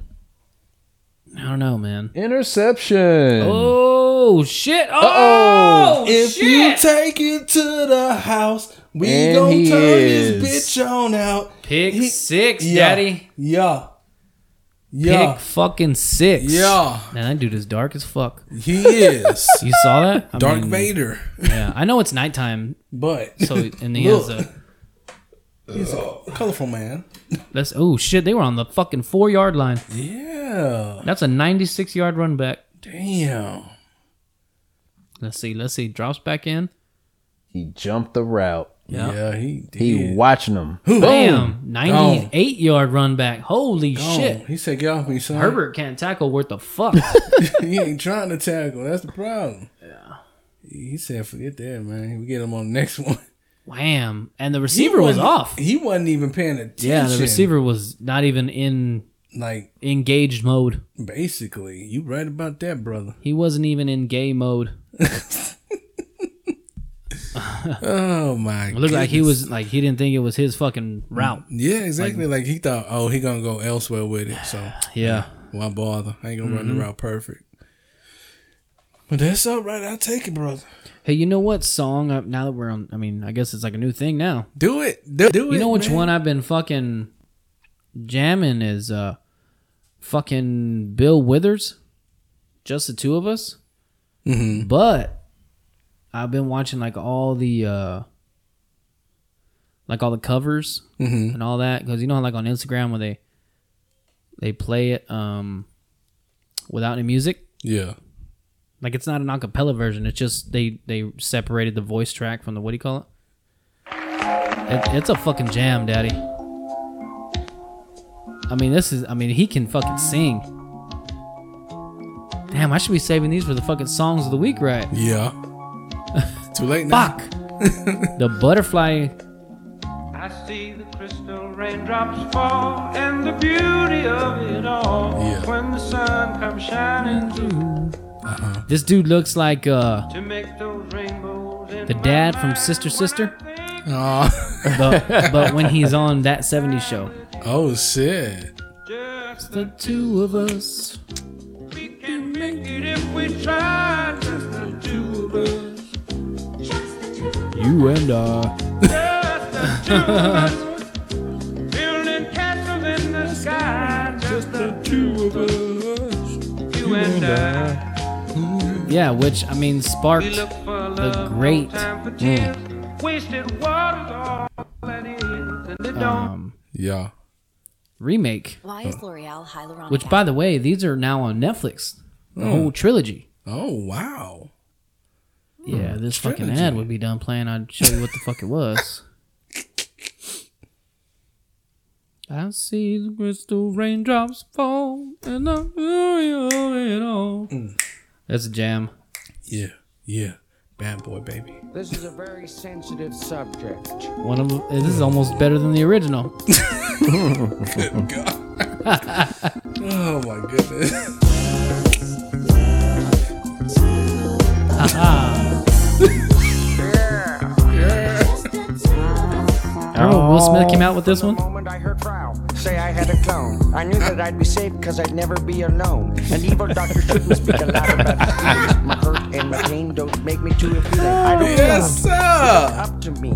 Speaker 2: I don't know, man.
Speaker 4: Interception.
Speaker 2: Oh shit! Oh,
Speaker 3: If
Speaker 2: shit!
Speaker 3: you take it to the house, we
Speaker 4: And
Speaker 3: gon'
Speaker 4: he
Speaker 3: turn
Speaker 4: is.
Speaker 3: this bitch on out.
Speaker 2: Pick
Speaker 3: He-
Speaker 2: six,
Speaker 3: Yeah.
Speaker 2: daddy.
Speaker 3: Yeah.
Speaker 2: Pick
Speaker 3: Yeah.
Speaker 2: fucking six.
Speaker 3: Yeah.
Speaker 2: Man, that dude is dark as fuck.
Speaker 3: He is.
Speaker 2: You saw that? I
Speaker 3: Dark
Speaker 2: mean,
Speaker 3: Vader.
Speaker 2: Yeah, Uh, I know it's nighttime,
Speaker 3: But
Speaker 2: Mm. so and he has
Speaker 3: Look.
Speaker 2: a.
Speaker 3: he's a colorful man.
Speaker 2: That's oh shit! They were on the fucking four yard line.
Speaker 3: Yeah.
Speaker 2: That's a ninety-six yard run back.
Speaker 3: Damn.
Speaker 2: Let's see. Let's see. Drops back in.
Speaker 4: He jumped the route.
Speaker 3: Yeah, he did.
Speaker 4: He watching them.
Speaker 2: Damn, ninety-eight yard run back. Holy
Speaker 3: Oh,
Speaker 2: shit!
Speaker 3: He said, get off me, son.
Speaker 2: Herbert can't tackle worth the fuck.
Speaker 3: he ain't trying to tackle. That's the problem. Yeah. He said, forget that, man. We get him on the next one.
Speaker 2: Wham! And the
Speaker 3: He
Speaker 2: receiver was
Speaker 3: wasn't-
Speaker 2: off.
Speaker 3: He wasn't even paying attention.
Speaker 2: Yeah, the receiver was not even in
Speaker 3: Like,
Speaker 2: engaged mode.
Speaker 3: basically, you right about that, brother.
Speaker 2: He wasn't even in gay mode.
Speaker 3: Oh, my
Speaker 2: It looked like he
Speaker 3: goodness.
Speaker 2: was like he didn't think it was his fucking route.
Speaker 3: Yeah, exactly. Like, he thought, oh, he going to go elsewhere with it. So,
Speaker 2: Yeah.
Speaker 3: why bother? I ain't going to
Speaker 2: Mm-hmm.
Speaker 3: run the route perfect. But that's all right. I'll take it, brother.
Speaker 2: Hey, you know what song? uh, Now that we're on, I mean, I guess it's like a new thing now.
Speaker 3: Do it. Do, do it.
Speaker 2: You know which
Speaker 3: man.
Speaker 2: one I've been fucking jamming is uh fucking Bill Withers, just the two of us. Mm-hmm. But I've been watching like all the uh like all the covers
Speaker 3: Mm-hmm.
Speaker 2: and all that because you know how like on Instagram where they they play it um without any music.
Speaker 3: Yeah.
Speaker 2: Like it's not an acapella version. It's just they they separated the voice track from the what do you call it? it it's a fucking jam, daddy. I mean, this is. I mean, he can fucking sing. Damn, I should be saving these for the fucking songs of the week, right?
Speaker 3: Yeah. Too late now.
Speaker 2: Fuck. the butterfly.
Speaker 7: I see the crystal raindrops fall and the beauty of it all
Speaker 3: Yeah.
Speaker 7: when the sun comes shining through
Speaker 2: This dude looks like uh
Speaker 7: to make those rainbows in
Speaker 2: the
Speaker 7: my
Speaker 2: dad from
Speaker 7: mind.
Speaker 2: Sister Sister,
Speaker 3: Aw.
Speaker 2: but but when he's on that '70s show.
Speaker 3: oh shit.
Speaker 7: Just
Speaker 2: The two of us.
Speaker 7: we can make it if we try just the two of us
Speaker 2: You and I.
Speaker 7: just the two of us building castles in the sky just the two of us you and I
Speaker 2: Yeah, which I mean
Speaker 7: we
Speaker 2: sparked.
Speaker 7: look for love no
Speaker 2: great- mm,
Speaker 7: time for tears. wasted water's all that is and it don't
Speaker 2: um,
Speaker 3: Yeah.
Speaker 2: remake.
Speaker 5: Why is L'Oreal hyaluronic
Speaker 2: Which, by the way, these are now on Netflix. The whole trilogy.
Speaker 3: Oh wow.
Speaker 2: Yeah, this fucking
Speaker 3: trilogy.
Speaker 2: ad would be done playing. I'd show you what the fuck it was. I see the crystal raindrops fall, and I feel you it all. Mm. That's a jam.
Speaker 3: Yeah. Yeah. Bad boy baby.
Speaker 8: This is a very sensitive subject.
Speaker 2: One of this is almost better than the original.
Speaker 3: Oh my goodness.
Speaker 2: Remember when Will Smith came out with this one?
Speaker 8: The moment I heard Rao say I had a clone, I knew that I'd be safe because I'd never be alone. An evil doctor shouldn't speak aloud about my feelings. My hurt and my pain don't make me too appealing. I don't
Speaker 3: Yes, sir.
Speaker 8: up to me.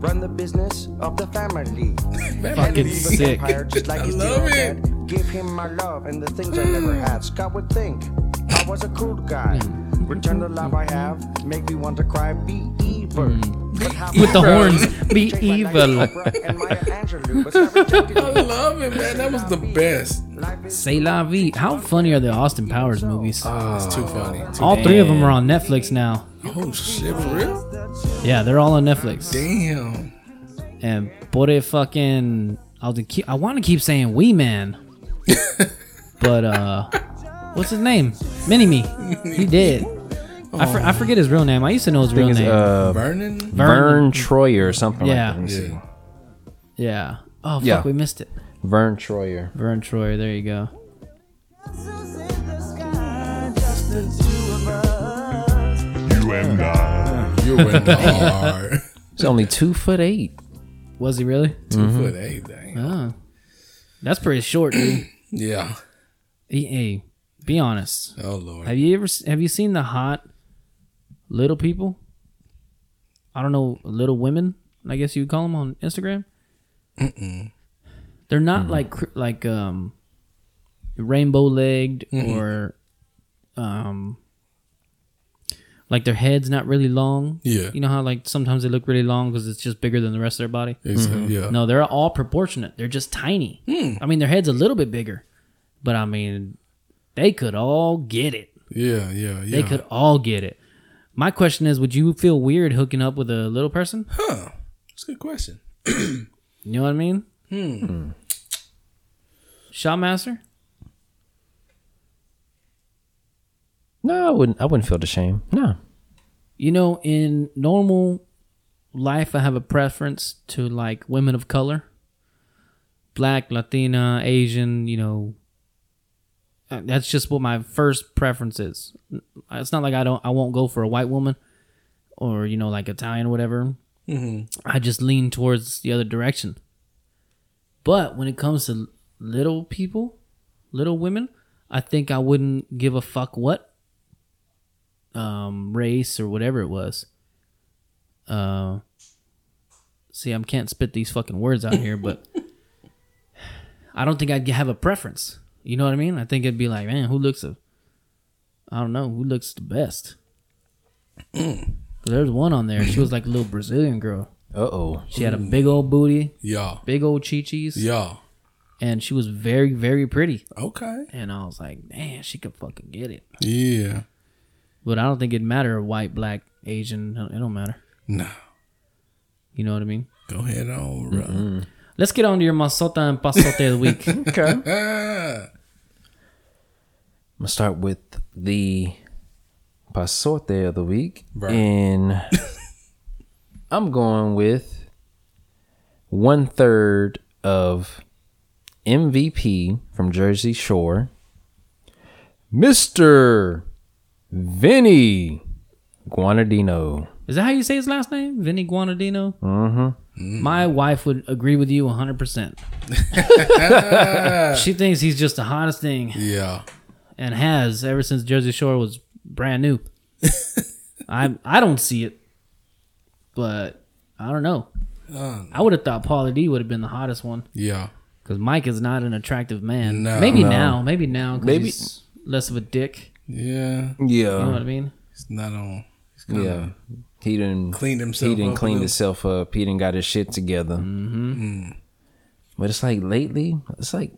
Speaker 8: Run the business of the family.
Speaker 2: Fucking
Speaker 8: leave an
Speaker 2: sick.
Speaker 8: empire Just like
Speaker 3: I
Speaker 8: his
Speaker 3: love
Speaker 8: dear
Speaker 3: it.
Speaker 8: dad. Give him my love and the things I never had. Scott would think I was a cool guy. Return the love I have. Make me want to cry. Be evil. But how
Speaker 2: With the
Speaker 8: about-
Speaker 2: horns. Be
Speaker 8: Take my life
Speaker 2: evil.
Speaker 8: to Oprah and Maya Angelou, but stop rejecting
Speaker 3: I love it, man. That was the best.
Speaker 8: life is
Speaker 2: Say la vie. How funny are the Austin Powers movies?
Speaker 3: It's too funny. Too
Speaker 2: all three of them are on Netflix now.
Speaker 3: Oh shit, for real?
Speaker 2: Yeah, they're all on Netflix.
Speaker 3: Damn.
Speaker 2: And Bore fucking. I'll just keep, I want to keep saying Wee Man. but, uh. What's his name? Mini Me. He did. I, for, I forget his real name. I used to know his real
Speaker 4: It's,
Speaker 2: name.
Speaker 4: uh,
Speaker 3: Burning.
Speaker 2: Vern-
Speaker 4: Vern Troyer or something
Speaker 2: Yeah.
Speaker 4: like that. Let me see.
Speaker 2: Yeah. Oh, fuck.
Speaker 4: Yeah.
Speaker 2: We missed it.
Speaker 4: Vern Troyer.
Speaker 2: Vern Troyer. There you go.
Speaker 3: You went hard.
Speaker 4: He's only two foot eight.
Speaker 2: Was he really?
Speaker 3: Two foot eight. Dang.
Speaker 2: Oh. That's pretty short, dude.
Speaker 3: Yeah.
Speaker 2: Hey, hey, be honest.
Speaker 3: Oh lord.
Speaker 2: Have you ever have you seen the hot little people? I don't know, little women. I guess you would call them on Instagram. They're not like cr like um rainbow legged or um like their head's not really long.
Speaker 3: Yeah.
Speaker 2: you know how like sometimes they look really long because it's just bigger than the rest of their body.
Speaker 3: It's- Yeah.
Speaker 2: mm-hmm. No, they're all proportionate. They're just tiny.
Speaker 3: Hmm.
Speaker 2: I mean, their head's a little bit bigger, but I mean, they could all get it.
Speaker 3: Yeah. Yeah. Yeah.
Speaker 2: They could all get it. My question is, would you feel weird hooking up with a little person?
Speaker 3: Huh. That's a good question.
Speaker 2: You know what I mean? Hmm. Shotmaster?
Speaker 4: No, I wouldn't. I wouldn't feel the shame. No.
Speaker 2: You know, in normal life, I have a preference to like women of color, black, Latina, Asian. You know, Uh, that's just what my first preference is. N- It's not like I don't, I won't go for a white woman, or you know, like Italian, or whatever. I just lean towards the other direction. But when it comes to little people, little women, I think I wouldn't give a fuck what um, race or whatever it was. Uh, see, I can't spit these fucking words out here, but I don't think I'd have a preference. You know what I mean? I think it'd be like, man, who looks the, I don't know, who looks the best. There's one on there. She was like a little Brazilian girl.
Speaker 4: Uh oh.
Speaker 2: She had a big old booty,
Speaker 3: Y'all.
Speaker 2: big old chichis,
Speaker 3: Y'all.
Speaker 2: and she was very, very pretty.
Speaker 3: Okay.
Speaker 2: And I was like, man, she could fucking get it.
Speaker 3: Yeah.
Speaker 2: But I don't think it'd matter white, black, Asian. It don't matter.
Speaker 3: No.
Speaker 2: You know what I mean?
Speaker 3: Go ahead on, bro.
Speaker 2: Mm-hmm. Let's get on to your masota and pasote of the week.
Speaker 4: Okay.
Speaker 3: Ah.
Speaker 4: I'm gonna start with the pasote of the week,
Speaker 3: Right.
Speaker 4: and I'm going with one third of MVP from Jersey Shore, Mister Vinny Guanadino.
Speaker 2: Is that how you say his last name? Vinny Guanadino? Mm-hmm. My wife would agree with you 100%. she thinks he's just the hottest thing
Speaker 3: Yeah.
Speaker 2: and has ever since Jersey Shore was brand new. I I don't see it, but I don't know. I would have thought Paulie D would have been the hottest one
Speaker 3: Yeah.
Speaker 2: because Mike is not an attractive man.
Speaker 3: No.
Speaker 2: maybe
Speaker 4: No.
Speaker 2: now, maybe now, maybe
Speaker 4: Maybe- Uh-huh.
Speaker 2: he's less of a dick.
Speaker 3: Yeah.
Speaker 2: You know what
Speaker 4: Yeah,
Speaker 2: I mean?
Speaker 3: It's not on. It's kinda
Speaker 4: yeah. He didn't
Speaker 3: Cleaned himself.
Speaker 4: he didn't
Speaker 3: up a
Speaker 4: clean
Speaker 3: little.
Speaker 4: himself up. He didn't got his shit together. Mm-hmm. But it's like lately, it's like,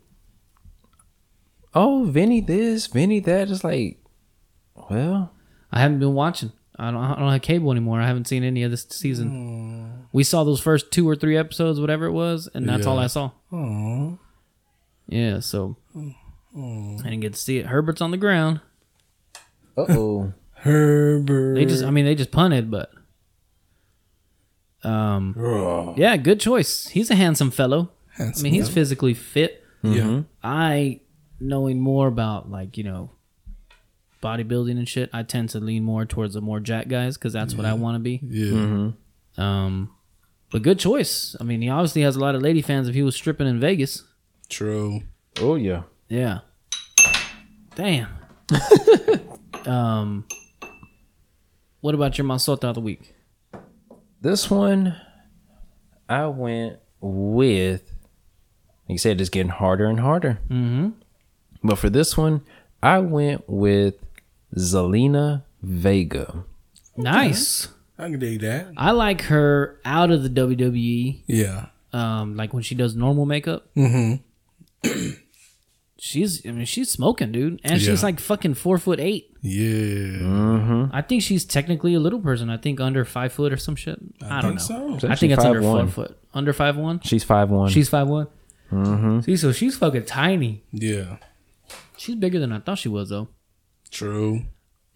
Speaker 4: oh, Vinny this, Vinny that. It's like, well,
Speaker 2: I haven't been watching. I don't, I don't have cable anymore. I haven't seen any of this season. We saw those first two or three episodes, whatever it was, and that's all
Speaker 3: Yeah.
Speaker 2: I saw.
Speaker 3: Aw.
Speaker 2: Yeah, so I didn't get to see it. Herbert's on the ground.
Speaker 4: uh oh,
Speaker 3: Herbert.
Speaker 2: They just, I mean, they just punted, but um, yeah, good choice. He's a handsome fellow. I mean, he's Mm-hmm. physically fit.
Speaker 3: yeah.
Speaker 2: I, knowing more about like you know, bodybuilding and shit, I tend to lean more towards the more jack guys because that's what I want to be.
Speaker 3: Yeah.
Speaker 2: Mm-hmm. Um, but good choice. I mean, he obviously has a lot of lady fans if he was stripping in Vegas.
Speaker 3: True.
Speaker 4: oh yeah.
Speaker 2: Yeah. Damn. um, what about your masota of the week?
Speaker 4: This one, I went with. Like you said, it's getting harder and harder. Mm-hmm. But for this one, I went with Zelina Vega.
Speaker 2: Nice.
Speaker 3: I can dig that.
Speaker 2: I like her out of the WWE.
Speaker 3: Yeah.
Speaker 2: um, like when she does normal makeup. she's, I mean, she's smoking, dude, and she's
Speaker 3: Mm-hmm. Yeah.
Speaker 2: like fucking four foot eight.
Speaker 3: Yeah.
Speaker 2: Mm-hmm. I think she's technically a little person. I think under five foot or some shit. I, don't
Speaker 3: think
Speaker 2: know.
Speaker 3: so.
Speaker 2: I
Speaker 4: She's
Speaker 2: think it's under
Speaker 4: 5'1".
Speaker 2: four foot. Under five one.
Speaker 4: She's five one.
Speaker 2: She's five one. See, so she's fucking tiny.
Speaker 3: Yeah.
Speaker 2: She's bigger than I thought she was though,
Speaker 3: True.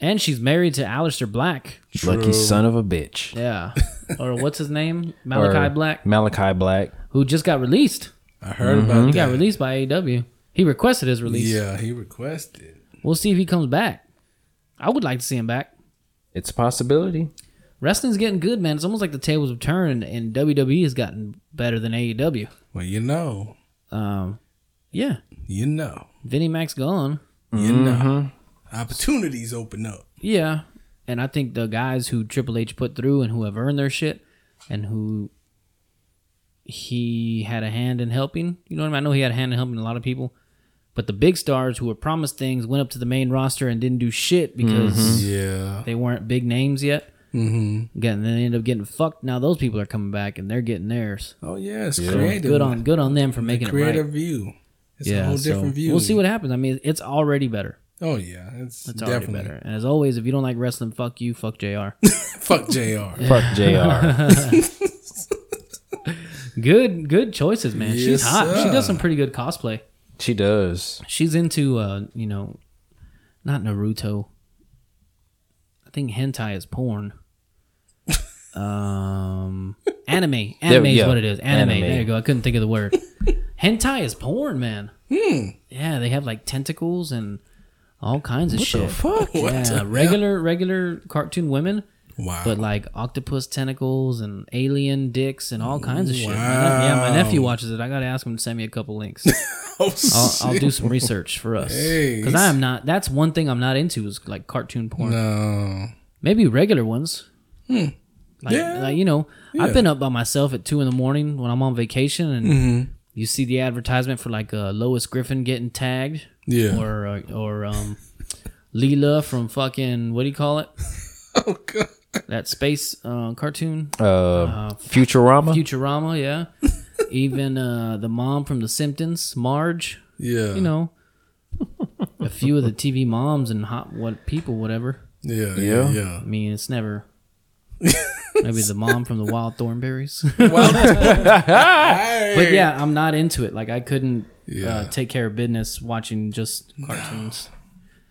Speaker 2: and she's married to Aleister Black.
Speaker 4: lucky
Speaker 3: True.
Speaker 4: son of a bitch.
Speaker 2: Yeah, or what's his name,
Speaker 4: Or
Speaker 2: Malachi Black,
Speaker 4: Malachi Black.
Speaker 2: who just got released.
Speaker 3: I heard about
Speaker 2: Mm-hmm. He
Speaker 3: that.
Speaker 2: got released by AEW. He requested his release.
Speaker 3: Yeah, he requested.
Speaker 2: We'll see if he comes back. I would like to see him back.
Speaker 4: It's a possibility.
Speaker 2: Wrestling's getting good, man. It's almost like the tables have turned and WWE has gotten better than AEW.
Speaker 3: Well, you know.
Speaker 2: Um, yeah.
Speaker 3: You know.
Speaker 2: Vinnie Mac's gone.
Speaker 3: You know.
Speaker 2: Mm-hmm.
Speaker 3: Opportunities open up.
Speaker 2: Yeah. And I think the guys who Triple H put through and who have earned their shit and who he had a hand in helping, you know what I mean? I know he had a hand in helping a lot of people. But the big stars who were promised things went up to the main roster and didn't do shit because
Speaker 3: Mm-hmm. Yeah.
Speaker 2: they weren't big names yet. Mm-hmm. Getting they end up getting fucked. Now those people are coming back and they're getting theirs.
Speaker 3: Oh yeah, it's creative.
Speaker 2: Good on good on them for making it right.
Speaker 3: creative view. It's
Speaker 2: yeah,
Speaker 3: a whole
Speaker 2: so
Speaker 3: different view.
Speaker 2: We'll see what happens. I mean, it's already better.
Speaker 3: Oh yeah, it's,
Speaker 2: It's already
Speaker 3: definitely
Speaker 2: better. And as always, if you don't like wrestling, fuck you, fuck Jr.
Speaker 3: Fuck Jr.
Speaker 4: Fuck Jr.
Speaker 2: good, good choices, man. She's
Speaker 3: Yes,
Speaker 2: hot. She does
Speaker 3: sir.
Speaker 2: some pretty good cosplay.
Speaker 4: she does.
Speaker 2: She's into, uh, you know, not Naruto. I think hentai is porn. um, anime, anime is
Speaker 4: yeah,
Speaker 2: what it is. Anime.
Speaker 4: anime.
Speaker 2: There you go. I couldn't think of the word. hentai is porn, man.
Speaker 3: Hmm.
Speaker 2: Yeah, they have like tentacles and all kinds of shit.
Speaker 3: Fuck
Speaker 2: yeah, regular regular cartoon women,
Speaker 3: Wow.
Speaker 2: but like octopus tentacles and alien dicks and all kinds of shit. man. Yeah, my nephew watches it. I gotta ask him to send me a couple links.
Speaker 3: oh,
Speaker 2: I'll, I'll
Speaker 3: shit.
Speaker 2: do some research for us
Speaker 3: Hey,
Speaker 2: because I am not. That's one thing I'm not into is like cartoon porn.
Speaker 3: No. Hmm.
Speaker 2: Maybe regular ones. Like,
Speaker 3: Yeah.
Speaker 2: like, you know,
Speaker 3: Yeah.
Speaker 2: I've been up by myself at two in the morning when I'm on vacation and.
Speaker 3: Mm-hmm.
Speaker 2: You see the advertisement for like uh, Lois Griffin getting tagged,
Speaker 3: Yeah.
Speaker 2: or uh, or um, Leela from fucking what do you call it?
Speaker 3: oh god.
Speaker 2: that space uh, cartoon
Speaker 4: Uh, Futurama.
Speaker 2: Futurama, yeah. Even uh, the mom from The Simpsons, Marge,
Speaker 3: Yeah.
Speaker 2: you know, a few of the TV moms and hot what people, whatever.
Speaker 3: Yeah. Yeah.
Speaker 2: I
Speaker 3: Yeah.
Speaker 2: mean, it's never. Maybe the mom from the Wild Thornberries, but yeah, I'm not into it. Like I couldn't
Speaker 3: Yeah.
Speaker 2: uh, take care of business watching just cartoons.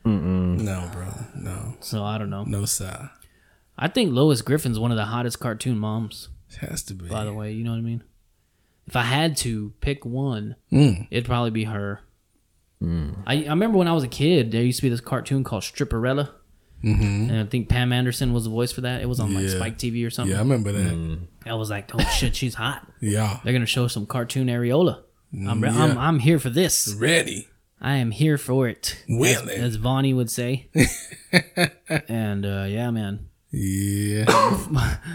Speaker 3: No, bro. No.
Speaker 2: So I don't know.
Speaker 3: No sigh.
Speaker 2: I think Lois Griffin's one of the hottest cartoon moms.
Speaker 3: Has to be.
Speaker 2: by the way. You know what I mean? If I had to pick one, it'd probably be her. I, I remember when I was a kid, there used to be this cartoon called Stripperella. And I think Pam Anderson was the voice for that. It was on like
Speaker 3: Yeah.
Speaker 2: Spike TV or something.
Speaker 3: Yeah, I remember that.
Speaker 2: I was like, oh shit, she's hot.
Speaker 3: Yeah.
Speaker 2: They're going to show some cartoon areola. I'm, re- I'm,
Speaker 3: Yeah.
Speaker 2: I'm here for this.
Speaker 3: Ready.
Speaker 2: I am here for it.
Speaker 3: Willing.
Speaker 2: As Vonnie would say. and uh, yeah, man.
Speaker 3: Yeah.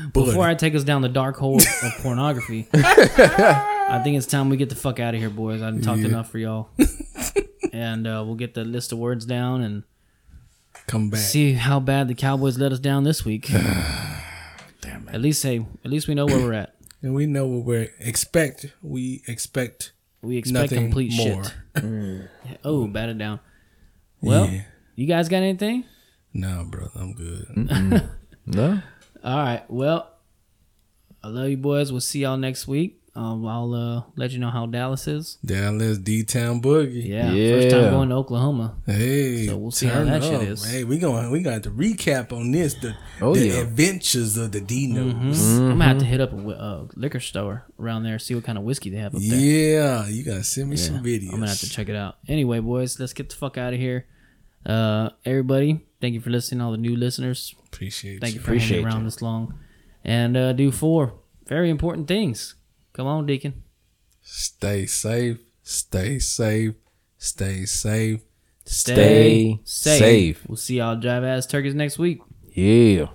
Speaker 2: Before I take us down the dark hole of pornography, I think it's time we get the fuck out of here, boys. I've talked enough for y'all. and uh, we'll get the list of words down and
Speaker 3: Come back.
Speaker 2: see how bad the Cowboys let us down this week. Damn it. At least hey, at least we know where we're at.
Speaker 3: and we know what we're expect. We expect
Speaker 2: We expect
Speaker 3: nothing
Speaker 2: complete
Speaker 3: more.
Speaker 2: shit. Oh, bat it down. Well,
Speaker 3: Yeah.
Speaker 2: you guys got anything?
Speaker 3: Nah, bro. I'm good.
Speaker 2: mm.
Speaker 4: No.
Speaker 2: All right. Well, I love you boys. We'll see y'all next week. Um, I'll uh, let you know how Dallas is.
Speaker 3: Dallas D Town Boogie.
Speaker 2: Yeah, first time
Speaker 4: Yeah.
Speaker 2: going to Oklahoma.
Speaker 3: Hey,
Speaker 2: So we'll see how
Speaker 3: turn
Speaker 2: that shit is.
Speaker 3: Hey, we going we got to recap on this the,
Speaker 4: Oh,
Speaker 3: the
Speaker 4: yeah.
Speaker 3: adventures of the D News.
Speaker 4: Mm-hmm.
Speaker 2: I'm gonna have to hit up a whi- uh, liquor store around there, see what kind of whiskey they have up there.
Speaker 3: Yeah, you gotta send me some videos.
Speaker 2: I'm gonna have to check it out. Anyway, boys, let's get the fuck out of here. Uh, everybody, thank you for listening. All the new listeners,
Speaker 3: Appreciate
Speaker 2: thank
Speaker 3: you.
Speaker 2: you for hanging
Speaker 4: Appreciate
Speaker 2: around this long. And uh, do four very important things. Come on, Deacon.
Speaker 3: Stay safe. Stay safe. Stay safe.
Speaker 4: Stay safe.
Speaker 2: We'll see y'all drive ass turkeys next week.
Speaker 4: Yeah.